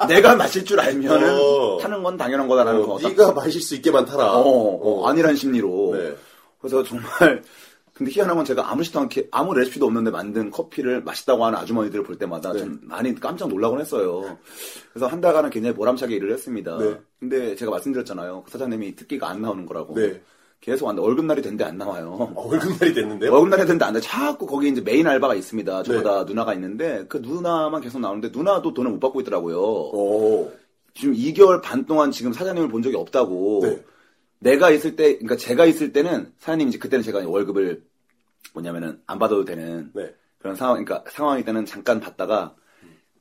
S2: 내가 마실 줄 알면은
S5: 어.
S2: 타는 건 당연한 거다라는
S5: 어,
S2: 거. 딱-
S5: 네가 마실 수 있게만 타라.
S2: 아, 어, 어, 아니란 심리로.
S5: 네.
S2: 그래서 정말 근데 희한한 건 제가 아무렇지도 않게 아무 레시피도 없는데 만든 커피를 맛있다고 하는 아주머니들을 볼 때마다
S5: 네.
S2: 좀 많이 깜짝 놀라곤 했어요. 그래서 한 달간은 굉장히 보람차게 일을 했습니다.
S5: 네.
S2: 근데 제가 말씀드렸잖아요. 그 사장님이 특기가 안 나오는 거라고.
S5: 네.
S2: 계속 왔는데 월급날이 된데 안 나와요.
S5: 어, 월급날이 됐는데요.
S2: 월급날이 된데 안 나와요. 자꾸 거기 이제 메인 알바가 있습니다. 저보다
S5: 네.
S2: 누나가 있는데 그 누나만 계속 나오는데 누나도 돈을 못 받고 있더라고요.
S5: 어.
S2: 뭐,
S5: 오.
S2: 지금 2개월 반 동안 지금 사장님을 본 적이 없다고.
S5: 네.
S2: 내가 있을 때, 그러니까 제가 있을 때는 사장님 이제 그때는 제가 월급을 뭐냐면은 안 받아도 되는
S5: 네.
S2: 그런 상황, 그러니까 상황일 때는 잠깐 받다가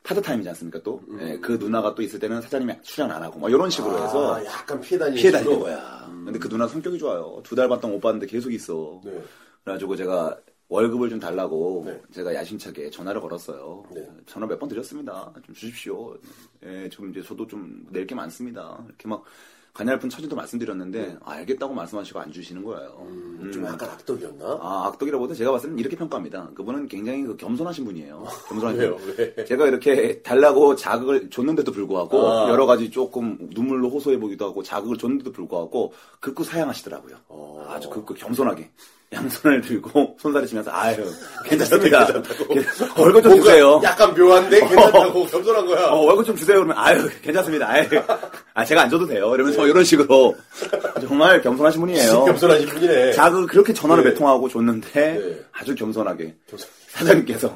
S2: 타드 타임이지 않습니까 또?
S5: 음.
S2: 예, 그 누나가 또 있을 때는 사장님이 출연 안 하고 막 이런 식으로 해서
S5: 아, 약간 피해 다니는
S2: 피해 다니는
S5: 식으로. 음.
S2: 거야. 근데 그 누나 성격이 좋아요. 두 달 반동안 못 봤는데 계속 있어.
S5: 네.
S2: 그래가지고 제가 월급을 좀 달라고
S5: 네.
S2: 제가 야심차게 전화를 걸었어요.
S5: 네.
S2: 전화 몇 번 드렸습니다. 좀 주십시오. 예, 좀 이제 저도 좀 낼 게 많습니다. 이렇게 막 가냘픈 처지도 말씀드렸는데 아, 알겠다고 말씀하시고 안 주시는 거예요.
S5: 네. 음,
S2: 음.
S5: 좀 약간 악덕이었나?
S2: 아, 악덕이라보다 제가 봤을 때는 이렇게 평가합니다. 그분은 굉장히 그 겸손하신 분이에요. 겸손하신
S5: 왜요?
S2: 분.
S5: 아, 왜?
S2: 제가 이렇게 달라고 자극을 줬는데도 불구하고
S5: 아.
S2: 여러 가지 조금 눈물로 호소해 보기도 하고 자극을 줬는데도 불구하고 극구 사양하시더라고요.
S5: 어.
S2: 아주 극구 겸손하게 양손을 들고 손살을 치면서 아유 괜찮습니다. 월급 좀 주세요.
S5: 약간 묘한데 괜찮다고 겸손한 거야.
S2: 어, 월급 좀 주세요. 그러면 아유 괜찮습니다. 아유 아 제가 안 줘도 돼요. 이러면서 이런 식으로 정말 겸손하신 분이에요.
S5: 네. 겸손하신 분이네.
S2: 자극을 그렇게 전화를
S5: 네.
S2: 몇 통하고 줬는데
S5: 네.
S2: 아주 겸손하게
S5: 겸손-
S2: 사장님께서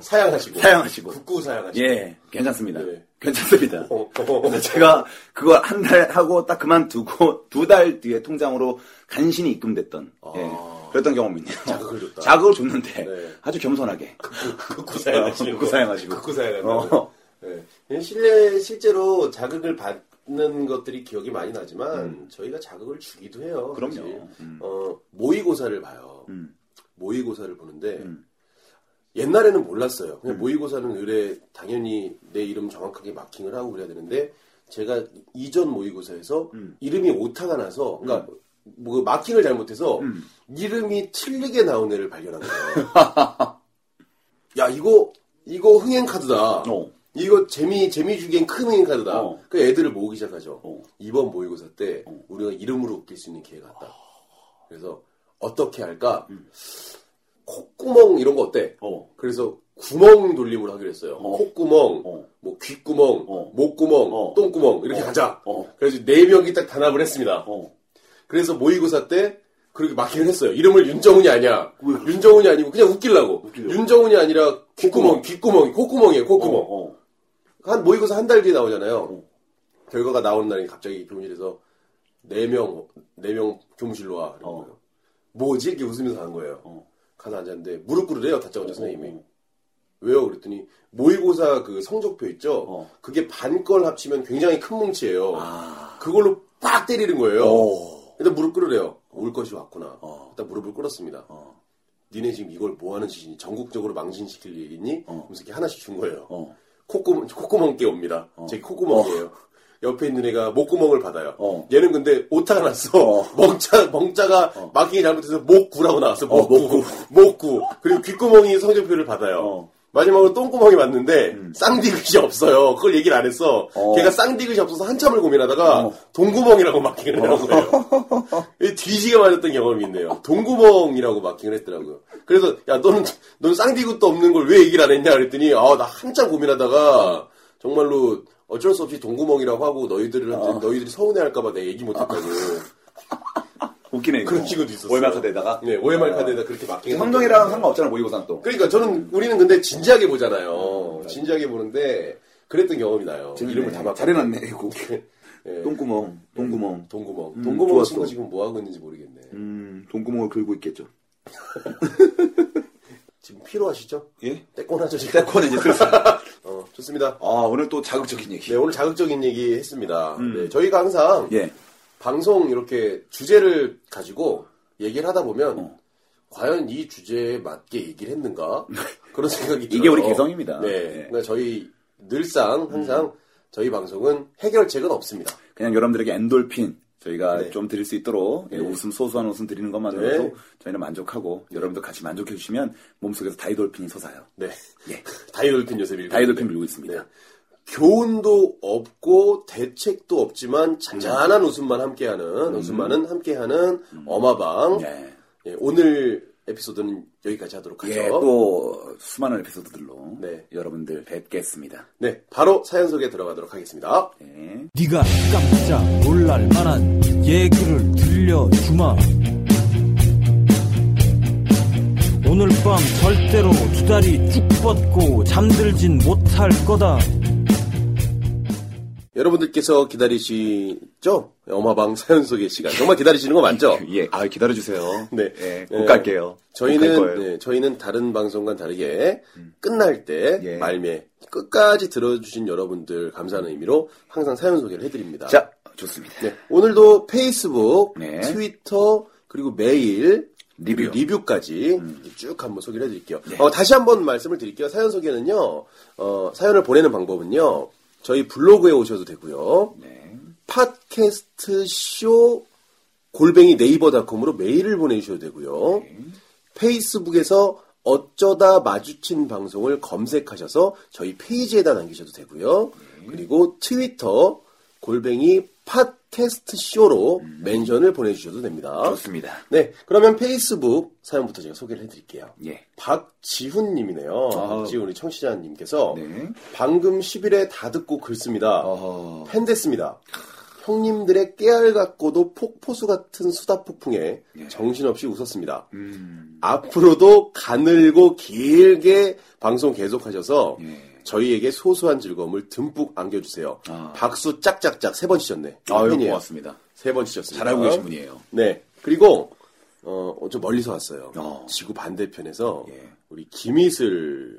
S5: 사양하시고.
S2: 사양하시고.
S5: 국구 사양하시고.
S2: 예, 괜찮습니다.
S5: 네.
S2: 괜찮습니다.
S5: 어, 어.
S2: 그래서 제가 그걸 한 달 하고 딱 그만두고 두 달 뒤에 통장으로 간신히 입금됐던 예, 그랬던 경험이네요.
S5: 아. 자극을 줬다.
S2: 자극을 줬는데
S5: 네.
S2: 아주 겸손하게
S5: 극구 사양하시고.
S2: 극구 사양하시고.
S5: 극구 사양하시고.
S2: 어.
S5: 네. 실내, 실제로 자극을 받는 것들이 기억이 많이 나지만, 저희가 자극을 주기도 해요.
S2: 음. 그럼요.
S5: 사실.
S2: 음.
S5: 어, 모의고사를 봐요.
S2: 음.
S5: 모의고사를 보는데, 옛날에는 몰랐어요.
S2: 음.
S5: 그냥 모의고사는 의뢰 당연히 내 이름 정확하게 마킹을 하고 그래야 되는데 제가 이전 모의고사에서
S2: 음.
S5: 이름이 오타가 나서 그러니까 뭐그 마킹을 잘못해서
S2: 음.
S5: 이름이 틀리게 나온 애를 발견한 거예요. 야 이거 이거 흥행 카드다.
S2: 어.
S5: 이거 재미 재미 주기엔 큰 흥행 카드다.
S2: 어.
S5: 그 애들을 모으기 시작하죠.
S2: 어.
S5: 이번 모의고사 때 우리가 이름으로 웃길 수 있는 기회가 왔다. 그래서 어떻게
S2: 음.
S5: 할까? 콧구멍 이런 거 어때?
S2: 어.
S5: 그래서 구멍 돌림을 하기로 했어요.
S2: 어.
S5: 콧구멍,
S2: 어.
S5: 뭐 귓구멍,
S2: 어.
S5: 목구멍,
S2: 어.
S5: 똥구멍 이렇게 가자.
S2: 어.
S5: 그래서 네 명이 딱 단합을 했습니다.
S2: 어.
S5: 그래서 모의고사 때 그렇게 막히긴 했어요. 이름을 윤정훈이 아니야. 윤정훈이 아니고 그냥 웃기려고.
S2: 웃기려고.
S5: 윤정훈이 아니라 콧구멍, 귓구멍이, 콧구멍이에요, 콧구멍.
S2: 어. 어.
S5: 한 모의고사 한 달 뒤에 나오잖아요. 결과가 나오는 날에 갑자기 교무실에서 네 명, 네 명 교무실로 와. 이런
S2: 어.
S5: 거예요. 뭐지? 이렇게 웃으면서 간 거예요.
S2: 어.
S5: 가서 앉았는데 무릎 꿇으래요, 다짜고짜 선생님이.
S2: 어.
S5: 왜요? 그랬더니 모의고사 그 성적표 있죠?
S2: 어.
S5: 그게 반 걸 합치면 굉장히 큰 뭉치예요.
S2: 아.
S5: 그걸로 빡 때리는 거예요.
S2: 오.
S5: 일단 무릎 꿇으래요. 올 것이 왔구나.
S2: 어.
S5: 일단 무릎을 꿇었습니다.
S2: 어.
S5: 니네 지금 이걸 뭐 하는 짓이니? 전국적으로 망신시킬 얘기니?
S2: 어.
S5: 무슨 게 하나씩 준 거예요.
S2: 어.
S5: 콧구멍, 콧구멍 깨옵니다.
S2: 어.
S5: 제 콧구멍이에요. 옆에 있는 애가 목구멍을 받아요.
S2: 어.
S5: 얘는 근데 오타가 났어.
S2: 어.
S5: 멍자, 멍자가 막히기 잘못해서 목구라고 나왔어. 목구. 목구. 그리고 귓구멍이 성적표를 받아요.
S2: 어.
S5: 마지막으로 똥구멍이 왔는데 쌍디귿이 없어요. 그걸 얘기를 안 했어.
S2: 어.
S5: 걔가 쌍디귿이 없어서 한참을 고민하다가 동구멍이라고 막히기를 한 거예요. 이 뒤지게 맞았던 경험이 있네요. 동구멍이라고 막히긴 했더라고요. 그래서 야 너는 너는 쌍디귿도 없는 걸 왜 얘기를 안 했냐 그랬더니 아 나 한참 고민하다가 정말로 어쩔 수 없이 동구멍이라고 하고 너희들을
S2: 아.
S5: 너희들이 서운해할까봐 내가 얘기 못했다고.
S2: 웃기네. 이거.
S5: 그런 친구도 있었어요.
S2: 월말 카드에다가. 아.
S5: 네, 월말 카드에다 그렇게 막히긴
S2: 성동이랑 상관없잖아 모의고사는 또.
S5: 그러니까 저는 우리는 근데 진지하게 보잖아요.
S2: 네.
S5: 진지하게 보는데 그랬던 경험이 나요. 이름을 다 막.
S2: 잘해놨네 이거.
S5: 예.
S2: 똥구멍, 똥구멍.
S5: 동구멍.
S2: 음,
S5: 동구멍 친구
S2: 좋았어.
S5: 지금 뭐 하고 있는지 모르겠네.
S2: 음, 똥구멍을 긁고 있겠죠.
S5: 지금 피로하시죠?
S2: 예?
S5: 떼꼬나죠 지금.
S2: 대권은 이제 슬슬.
S5: 어, 좋습니다.
S2: 아 오늘 또 자극적인 얘기.
S5: 네, 오늘 자극적인 얘기 했습니다. 네, 저희가 항상
S2: 음. 예.
S5: 방송 이렇게 주제를 가지고 얘기를 하다 보면
S2: 어.
S5: 과연 이 주제에 맞게 얘기를 했는가 그런 생각이
S2: 이게
S5: 들어요.
S2: 우리 개성입니다.
S5: 네,
S2: 예. 음.
S5: 그러니까 저희 늘상 항상 저희 방송은 해결책은 없습니다.
S2: 그냥 여러분들에게 엔돌핀 저희가
S5: 네.
S2: 좀 드릴 수 있도록 예, 웃음 소소한 웃음 드리는 것만으로도
S5: 네.
S2: 저희는 만족하고 여러분도 같이 만족해 주시면 몸속에서 다이돌핀이 솟아요.
S5: 네,
S2: 예.
S5: 다이돌핀 요새 밀고
S2: 다이돌핀
S5: 있는데.
S2: 밀고 있습니다.
S5: 네. 교훈도 없고 대책도 없지만 잔잔한 웃음만 함께하는 웃음만은 함께하는 어마방.
S2: 네.
S5: 예, 오늘 에피소드는 여기까지 하도록 하죠.
S2: 예, 또 수많은 에피소드들로
S5: 네.
S2: 여러분들 뵙겠습니다.
S5: 네, 바로 사연 소개 들어가도록 하겠습니다.
S2: 예.
S7: 네가 깜짝 놀랄 만한 얘기를 들려주마 오늘 밤 절대로 두 다리 쭉 뻗고 잠들진 못할 거다
S5: 여러분들께서 기다리시죠? 어마방 사연 소개 시간. 정말 기다리시는 거 맞죠?
S2: 예, 아 기다려 주세요.
S5: 네.
S2: 예,
S5: 예,
S2: 곧 갈게요. 곧
S5: 저희는
S2: 갈 거예요. 음.
S5: 네, 저희는 다른 방송과 다르게 끝날 때
S2: 예.
S5: 말미에 끝까지 들어주신 여러분들 감사하는 의미로 항상 사연 소개를 해드립니다.
S2: 자, 아, 좋습니다.
S5: 네, 오늘도 페이스북,
S2: 네.
S5: 트위터 그리고 메일
S2: 리뷰.
S5: 까지
S2: 음.
S5: 쭉 한번 소개를 해드릴게요.
S2: 네.
S5: 어, 다시 한번 말씀을 드릴게요. 사연 소개는요. 어, 사연을 보내는 방법은요. 저희 블로그에 오셔도 되고요.
S2: 네.
S5: 팟캐스트 쇼 골뱅이 네이버닷컴으로 메일을 보내주셔도 되고요.
S2: 네.
S5: 페이스북에서 어쩌다 마주친 방송을 검색하셔서 저희 페이지에다 남기셔도 되고요.
S2: 네.
S5: 그리고 트위터 골뱅이 팟캐스트 쇼로 멘션을 보내주셔도 됩니다.
S2: 음. 어? 좋습니다.
S5: 네, 그러면 페이스북 사연부터 제가 소개를 해드릴게요.
S2: 예.
S5: 박지훈님이네요. 박지훈 우리 청취자님께서
S2: 네.
S5: 방금 10일에 다 듣고 글 씁니다.
S2: 어허.
S5: 팬 됐습니다. 형님들의 깨알 같고도 폭포수 같은 수다 폭풍에
S2: 예.
S5: 정신없이 웃었습니다.
S2: 음.
S5: 앞으로도 가늘고 길게 방송 계속하셔서
S2: 예.
S5: 저희에게 소소한 즐거움을 듬뿍 안겨주세요.
S2: 아.
S5: 박수 짝짝짝 세 번 치셨네.
S2: 아유,
S5: 팬이에요.
S2: 고맙습니다.
S5: 세 번 치셨습니다.
S2: 잘 알고 계신 분이에요.
S5: 네. 그리고 어, 좀 멀리서 왔어요.
S2: 어.
S5: 지구 반대편에서
S2: 예.
S5: 우리 김희슬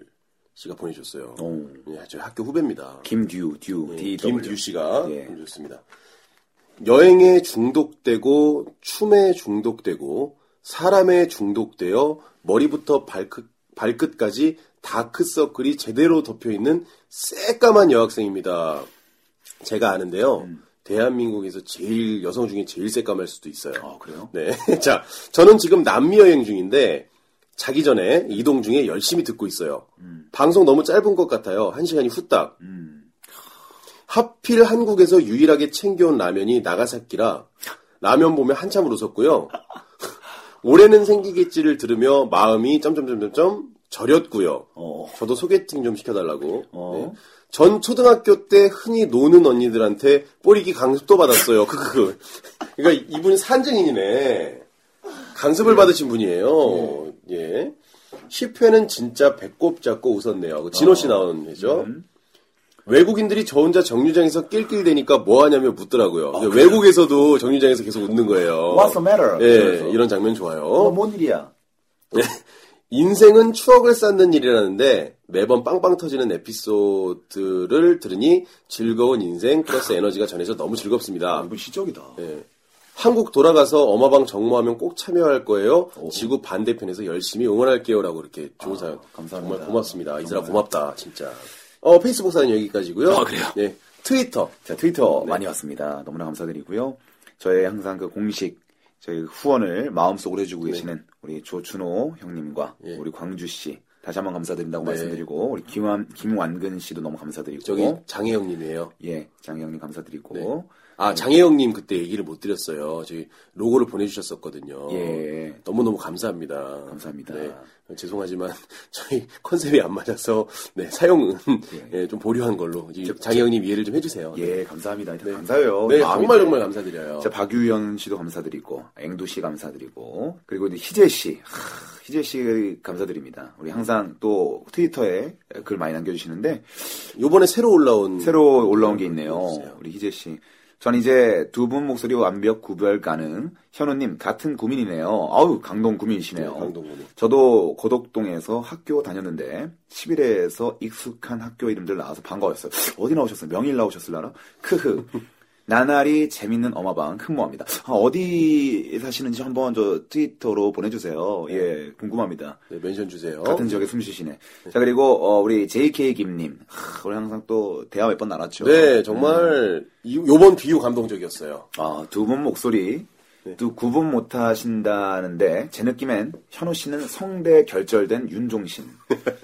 S5: 씨가 보내주셨어요.
S2: 오.
S5: 예, 저희 학교 후배입니다.
S2: 어, 김듀, 듀,
S5: 예,
S2: D
S5: 김듀 씨가
S2: 네, 예.
S5: 보내주셨습니다. 여행에 중독되고 춤에 중독되고 사람에 중독되어 머리부터 발끝, 발끝까지 다크서클이 제대로 덮여있는 새까만 여학생입니다. 제가 아는데요. 대한민국에서 제일 여성 중에 제일 새까말 수도 있어요.
S2: 아, 그래요?
S5: 네. 자, 저는 지금 남미 여행 중인데 자기 전에 이동 중에 열심히 듣고 있어요. 방송 너무 짧은 것 같아요. 한 시간이 후딱. 음. 하필 한국에서 유일하게 챙겨온 라면이 나가사키라 라면 보면 한참을 웃었고요. 올해는 생기겠지를 들으며 마음이 점점점점점 저렸고요.
S2: 어.
S5: 저도 소개팅 좀 시켜달라고.
S2: 어.
S5: 네. 전 초등학교 때 흔히 노는 언니들한테 뽀리기 강습도 받았어요. 크크크. 그러니까 이분 산증인이네.
S2: 네.
S5: 강습을 받으신 분이에요. 예. 10회는 진짜 배꼽 잡고 웃었네요. 그 진호
S2: 어.
S5: 씨 나온 회죠.
S2: 음.
S5: 외국인들이 저 혼자 정류장에서 낄낄대니까 뭐 하냐며 묻더라고요. 그러니까 외국에서도 정류장에서 계속 웃는 거예요.
S2: 아, What's the matter?
S5: 예,
S2: 그래서.
S5: 이런 장면 좋아요.
S2: 어, 뭔 일이야?
S5: 인생은 추억을 쌓는 일이라는데 매번 빵빵 터지는 에피소드를 들으니 즐거운 인생 플러스 에너지가 전해져 너무 즐겁습니다.
S2: 아, 이분 시적이다.
S5: 예. 한국 돌아가서 엄마방 정모하면 꼭 참여할 거예요. 지구 반대편에서 열심히 응원할게요라고 이렇게 좋은 사연.
S2: 아, 감사합니다.
S5: 정말 고맙습니다. 이사람 고맙다 진짜. 어 페이스북 사연 여기까지고요.
S2: 아, 그래요?
S5: 네. 트위터.
S2: 자, 트위터 많이 왔습니다. 너무나 감사드리고요. 저의 항상 그 공식 저희 후원을 마음속으로 해주고 계시는 우리 조춘호 형님과
S5: 예.
S2: 우리 광주 씨 다시 한번 감사드린다고 말씀드리고 우리 김완 김완근 씨도 너무 감사드리고
S5: 저기 장혜영님이에요.
S2: 예 장영님 감사드리고
S5: 네. 아 장혜영님 그때 얘기를 못 드렸어요. 저희 로고를 보내주셨었거든요.
S2: 예.
S5: 네, 너무 너무 감사합니다.
S2: 감사합니다.
S5: 네, 죄송하지만 저희 컨셉이 안 맞아서 네, 사용은 예, 좀 보류한 걸로 이 장혜영님 이해를 좀 해주세요.
S2: 예 감사합니다. 일단 감사해요.
S5: 네,
S2: 마음이-
S5: 정말 정말 감사드려요.
S2: 자, 박유현 씨도 감사드리고, 앵두 씨 감사드리고, 그리고 이제 희재 씨. 하, 희재 씨 감사드립니다. 우리 항상 또 트위터에 글 많이 남겨주시는데,
S5: 요번에 새로 올라온
S2: 새로 올라온 게 있네요.
S5: 보여주세요.
S2: 우리 희재 씨. 전 이제 두 분 목소리 완벽 구별 가능. 현우님, 같은 구민이네요. 아우, 강동 구민이시네요.
S5: 네, 강동구민.
S2: 저도 고덕동에서 학교 다녔는데, 11회에서 익숙한 학교 이름들 나와서 반가웠어요. 어디 나오셨어요? 명일 나오셨을라나? 크흐. 나날이 재밌는 어마방 흠모합니다. 아, 어디 사시는지 한번 저 트위터로 보내주세요. 예, 궁금합니다.
S5: 네, 멘션 주세요.
S2: 같은 지역에 숨 쉬시네. 자, 그리고, 어, 우리 JK 김님. 하, 우리 항상 또 대화 몇 번 나눴죠. 음.
S5: 네, 정말 이- 요번 비유 감동적이었어요.
S2: 아, 두 분 목소리.
S5: 네.
S2: 또 구분 못 하신다는데, 제 느낌엔 현우 씨는 성대 결절된 윤종신.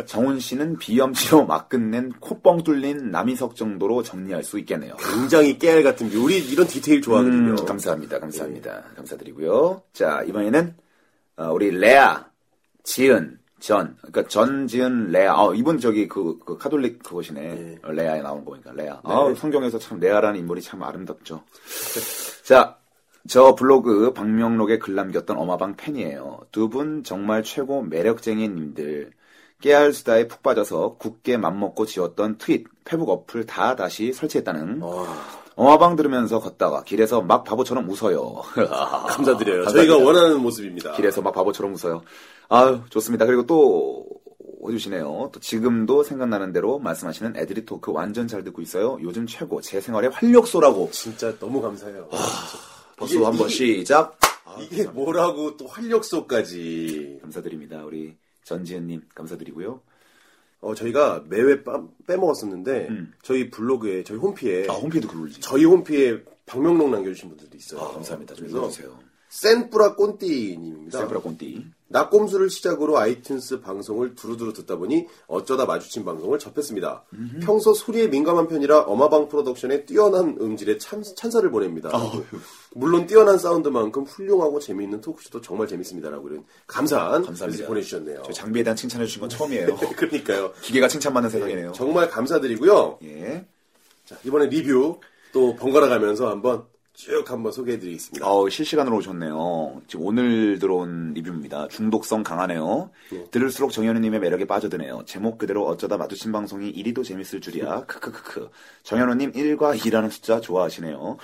S2: 정훈 씨는 비염치료 막 끝낸 콧뻥 뚫린 남희석 정도로 정리할 수 있겠네요.
S5: 굉장히 깨알 같은 요리 이런 디테일 좋아하거든요. 예.
S2: 음, 감사합니다. 감사합니다. 감사드리고요. 자, 이번에는 어, 우리 레아, 지은, 전. 그러니까 전지은 레아. 아, 이분 저기 그, 그 카톨릭 그것이네.
S5: 예.
S2: 어, 레아에 나온 거 보니까
S5: 네.
S2: 레아. 아, 성경에서 참 레아라는 인물이 참 아름답죠. 자, 저 블로그 방명록에 글 남겼던 어마방 팬이에요. 두 분 정말 최고 매력쟁이님들. 깨알 수다에 푹 빠져서 굳게 맘먹고 지었던 트윗, 페북 어플 다 다시 설치했다는 어마방 들으면서 걷다가 길에서 막 바보처럼 웃어요.
S5: 감사드려요.
S2: 감사합니다.
S5: 저희가 원하는 모습입니다.
S2: 길에서 막 바보처럼 웃어요. 아유, 좋습니다. 그리고 또, 해주시네요. 또 지금도 생각나는 대로 말씀하시는 애드립 토크 완전 잘 듣고 있어요. 요즘 최고, 제 생활의 활력소라고.
S5: 진짜 너무 감사해요.
S2: 벌써
S5: 이게-
S2: 한번 시작.
S5: 이게 뭐라고 또 활력소까지.
S2: 감사드립니다. 우리 전지현님, 감사드리고요.
S5: 어, 저희가 매회 빠- 빼먹었었는데, 저희 블로그에, 저희 홈피에,
S2: 음. 아, 홈피에도 글 올리지.
S5: 네. 저희 홈피에 방명록 남겨주신 분들도 있어요.
S2: 아, 감사합니다. 좀
S5: 그래서,
S2: 읽어주세요.
S5: 센뿌라 꼰띠님입니다.
S2: 세브라 꼰띠.
S5: 낙곰수를 시작으로 아이튠스 방송을 두루두루 듣다 보니 어쩌다 마주친 방송을 접했습니다. 평소 소리에 민감한 편이라 어마방 프로덕션의 뛰어난 음질에 참, 찬사를 보냅니다.
S2: 아,
S5: 물론 뛰어난 사운드만큼 훌륭하고 재미있는 토크쇼도 정말 재밌습니다라고 이런 감사한
S2: 감사합니다.
S5: 메시지 보내주셨네요.
S2: 저 장비에 대한 칭찬해주신 건 처음이에요.
S5: 그러니까요.
S2: 기계가 칭찬받는 세상이네요.
S5: 정말 감사드리고요.
S2: 예.
S5: 자, 이번에 리뷰 또 번갈아 가면서 한번 쭉 한번 소개해 드리겠습니다.
S2: 어, 실시간으로 오셨네요. 지금 오늘 들어온 리뷰입니다. 중독성 강하네요.
S5: 예.
S2: 들을수록 정현우님의 매력에 빠져드네요. 제목 그대로 어쩌다 마주친 방송이 이리도 재밌을 줄이야. 크크크크. 정현우님 1과 2라는 숫자 좋아하시네요.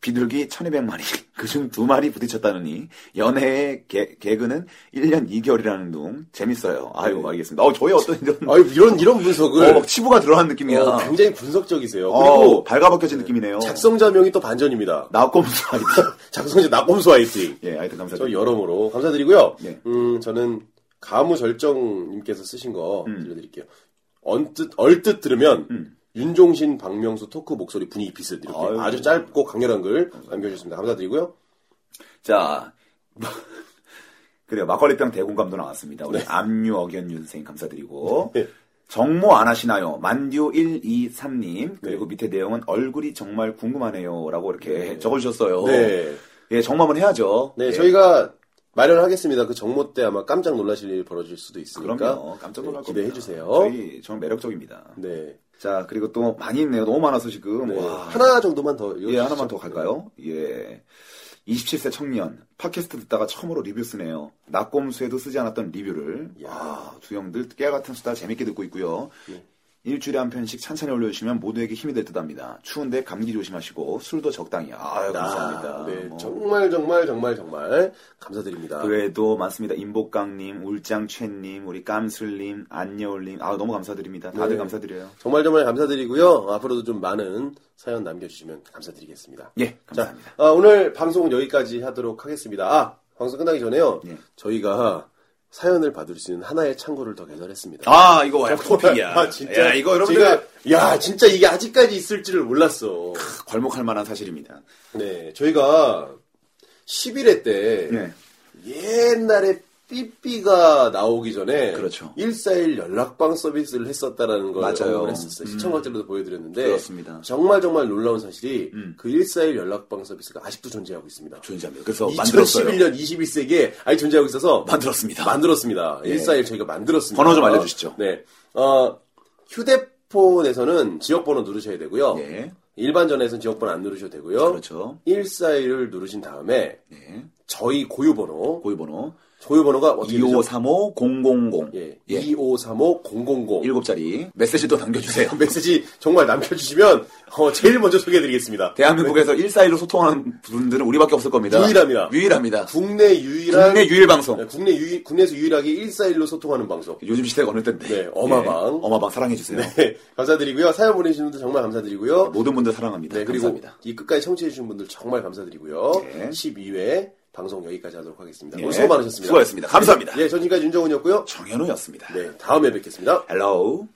S2: 비둘기 1200마리, 그중 두 마리 부딪혔다느니, 연애의 개, 개그는 1년 2개월이라는 둥, 재밌어요. 아유, 알겠습니다. 어, 저의 어떤 이런,
S5: 네. 아유, 이런 이런
S2: 어,
S5: 분석을
S2: 막 치부가 들어간 느낌이야. 어.
S5: 어, 굉장히 분석적이세요.
S2: 그리고
S5: 그리고
S2: 발가벗겨진 느낌이네요.
S5: 작성자명이 또 반전입니다.
S2: 나꼼수 아이디.
S5: 작성자 낙범수 화이팅.
S2: 예, 하여튼
S5: 저
S2: 감사드립니다.
S5: 여러모로 감사드리고요.
S2: 예.
S5: 음, 저는 가무절정님께서 쓰신 거
S2: 음.
S5: 들려드릴게요. 언뜻 얼뜻 들으면 윤종신, 박명수 토크 목소리 분위기 비슷 이렇게
S2: 아유.
S5: 아주 짧고 강렬한 글 남겨주셨습니다. 감사드리고요.
S2: 자, 그래요. 막걸리병 대공감도 나왔습니다.
S5: 네.
S2: 우리 암유 어견윤 선생님 감사드리고. 정모 안 하시나요? 만듀123님.
S5: 네.
S2: 그리고 밑에 내용은 얼굴이 정말 궁금하네요. 라고 이렇게 적어주셨어요.
S5: 네.
S2: 예, 정모만 해야죠.
S5: 네,
S2: 예.
S5: 저희가 마련하겠습니다. 그 정모 때 아마 깜짝 놀라실 일이 벌어질 수도 있으니까.
S2: 그럼요. 깜짝 놀랄
S5: 네,
S2: 겁니다.
S5: 기대해 주세요.
S2: 저희 정말 매력적입니다.
S5: 네.
S2: 자, 그리고 또 많이 있네요. 너무 많아서 지금.
S5: 네.
S2: 와.
S5: 하나 정도만 더
S2: 예, 하나만 더 갈까요? 예. 27세 청년, 팟캐스트 듣다가 처음으로 리뷰 쓰네요. 낙곰수에도 쓰지 않았던 리뷰를.
S5: 야.
S2: 야, 예. 두 형들 깨같은 수다 재밌게 듣고 있고요. 일주일에 한 편씩 찬찬히 올려주시면 모두에게 힘이 될 듯합니다. 추운데 감기 조심하시고 술도 적당히. 아유, 감사합니다.
S5: 네,
S2: 뭐.
S5: 정말 정말 정말 정말 감사드립니다.
S2: 그래도 많습니다. 임복강님, 울장최님, 우리 깜슬님, 안여울님. 아, 너무 감사드립니다. 다들
S5: 네.
S2: 감사드려요.
S5: 정말 정말 감사드리고요. 앞으로도 좀 많은 사연 남겨주시면 감사드리겠습니다.
S2: 예, 감사합니다.
S5: 자, 아, 오늘 방송 여기까지 하도록 하겠습니다. 아, 방송 끝나기 전에요.
S2: 예.
S5: 저희가 사연을 받을 수 있는 하나의 창고를 더 개설했습니다.
S2: 아, 이거 와요.
S5: 아, 진짜.
S2: 야, 이거 여러분들
S5: 제가- 야, 진짜 이게 아직까지 있을 줄을 몰랐어.
S2: 괄목할 만한 사실입니다.
S5: 네, 저희가 11회 때
S2: 네.
S5: 옛날에 삐삐가 나오기 전에
S2: 그렇죠.
S5: 141 연락방 서비스를 했었다라는 걸
S2: 맞아요. 음.
S5: 언급을 했었어요. 시청각들로도 보여드렸는데
S2: 그렇습니다. 음.
S5: 정말 정말 놀라운 사실이 그 141 연락방 서비스가 아직도 존재하고 있습니다.
S2: 존재합니다. 그래서 만들었어요.
S5: 2011년 21세기에 아직 존재하고 있어서
S2: 만들었습니다. 예.
S5: 만들었습니다. 141 저희가 만들었습니다.
S2: 번호 좀 알려주시죠.
S5: 네. 어, 휴대폰에서는 지역번호 누르셔야 되고요.
S2: 예.
S5: 일반 전에서는 지역번호 안 누르셔도 되고요.
S2: 그렇죠.
S5: 141을 누르신 다음에
S2: 네.
S5: 저희 고유번호
S2: 고유번호
S5: 고유번호가 어떻게 되죠?
S2: 2535 000.
S5: 예.
S2: 예.
S5: 2535 000
S2: 일곱 자리 메시지도 남겨주세요.
S5: 메시지 정말 남겨주시면 어, 제일 먼저 소개해드리겠습니다.
S2: 대한민국에서 141로 소통하는 분들은 우리밖에 없을 겁니다.
S5: 유일합니다.
S2: 유일합니다.
S5: 국내 유일한
S2: 국내 유일 방송.
S5: 네, 국내 유 국내에서 유일하게 141로 소통하는 방송.
S2: 요즘 시대가 어느 때인데.
S5: 네, 어마방.
S2: 예, 어마방 사랑해주세요.
S5: 네, 감사드리고요. 사연 보내주신 분들 정말 감사드리고요.
S2: 모든 분들 사랑합니다.
S5: 네, 그리고
S2: 감사합니다.
S5: 이 끝까지 청취해주신 분들 정말 감사드리고요.
S2: 네.
S5: 12회 방송 여기까지 하도록 하겠습니다.
S2: 예.
S5: 오늘 수고 많으셨습니다. 예,
S2: 수고하셨습니다. 감사합니다.
S5: 네, 전 지금까지 윤정훈이었고요.
S2: 정현우였습니다.
S5: 네, 다음에 뵙겠습니다.
S2: Hello.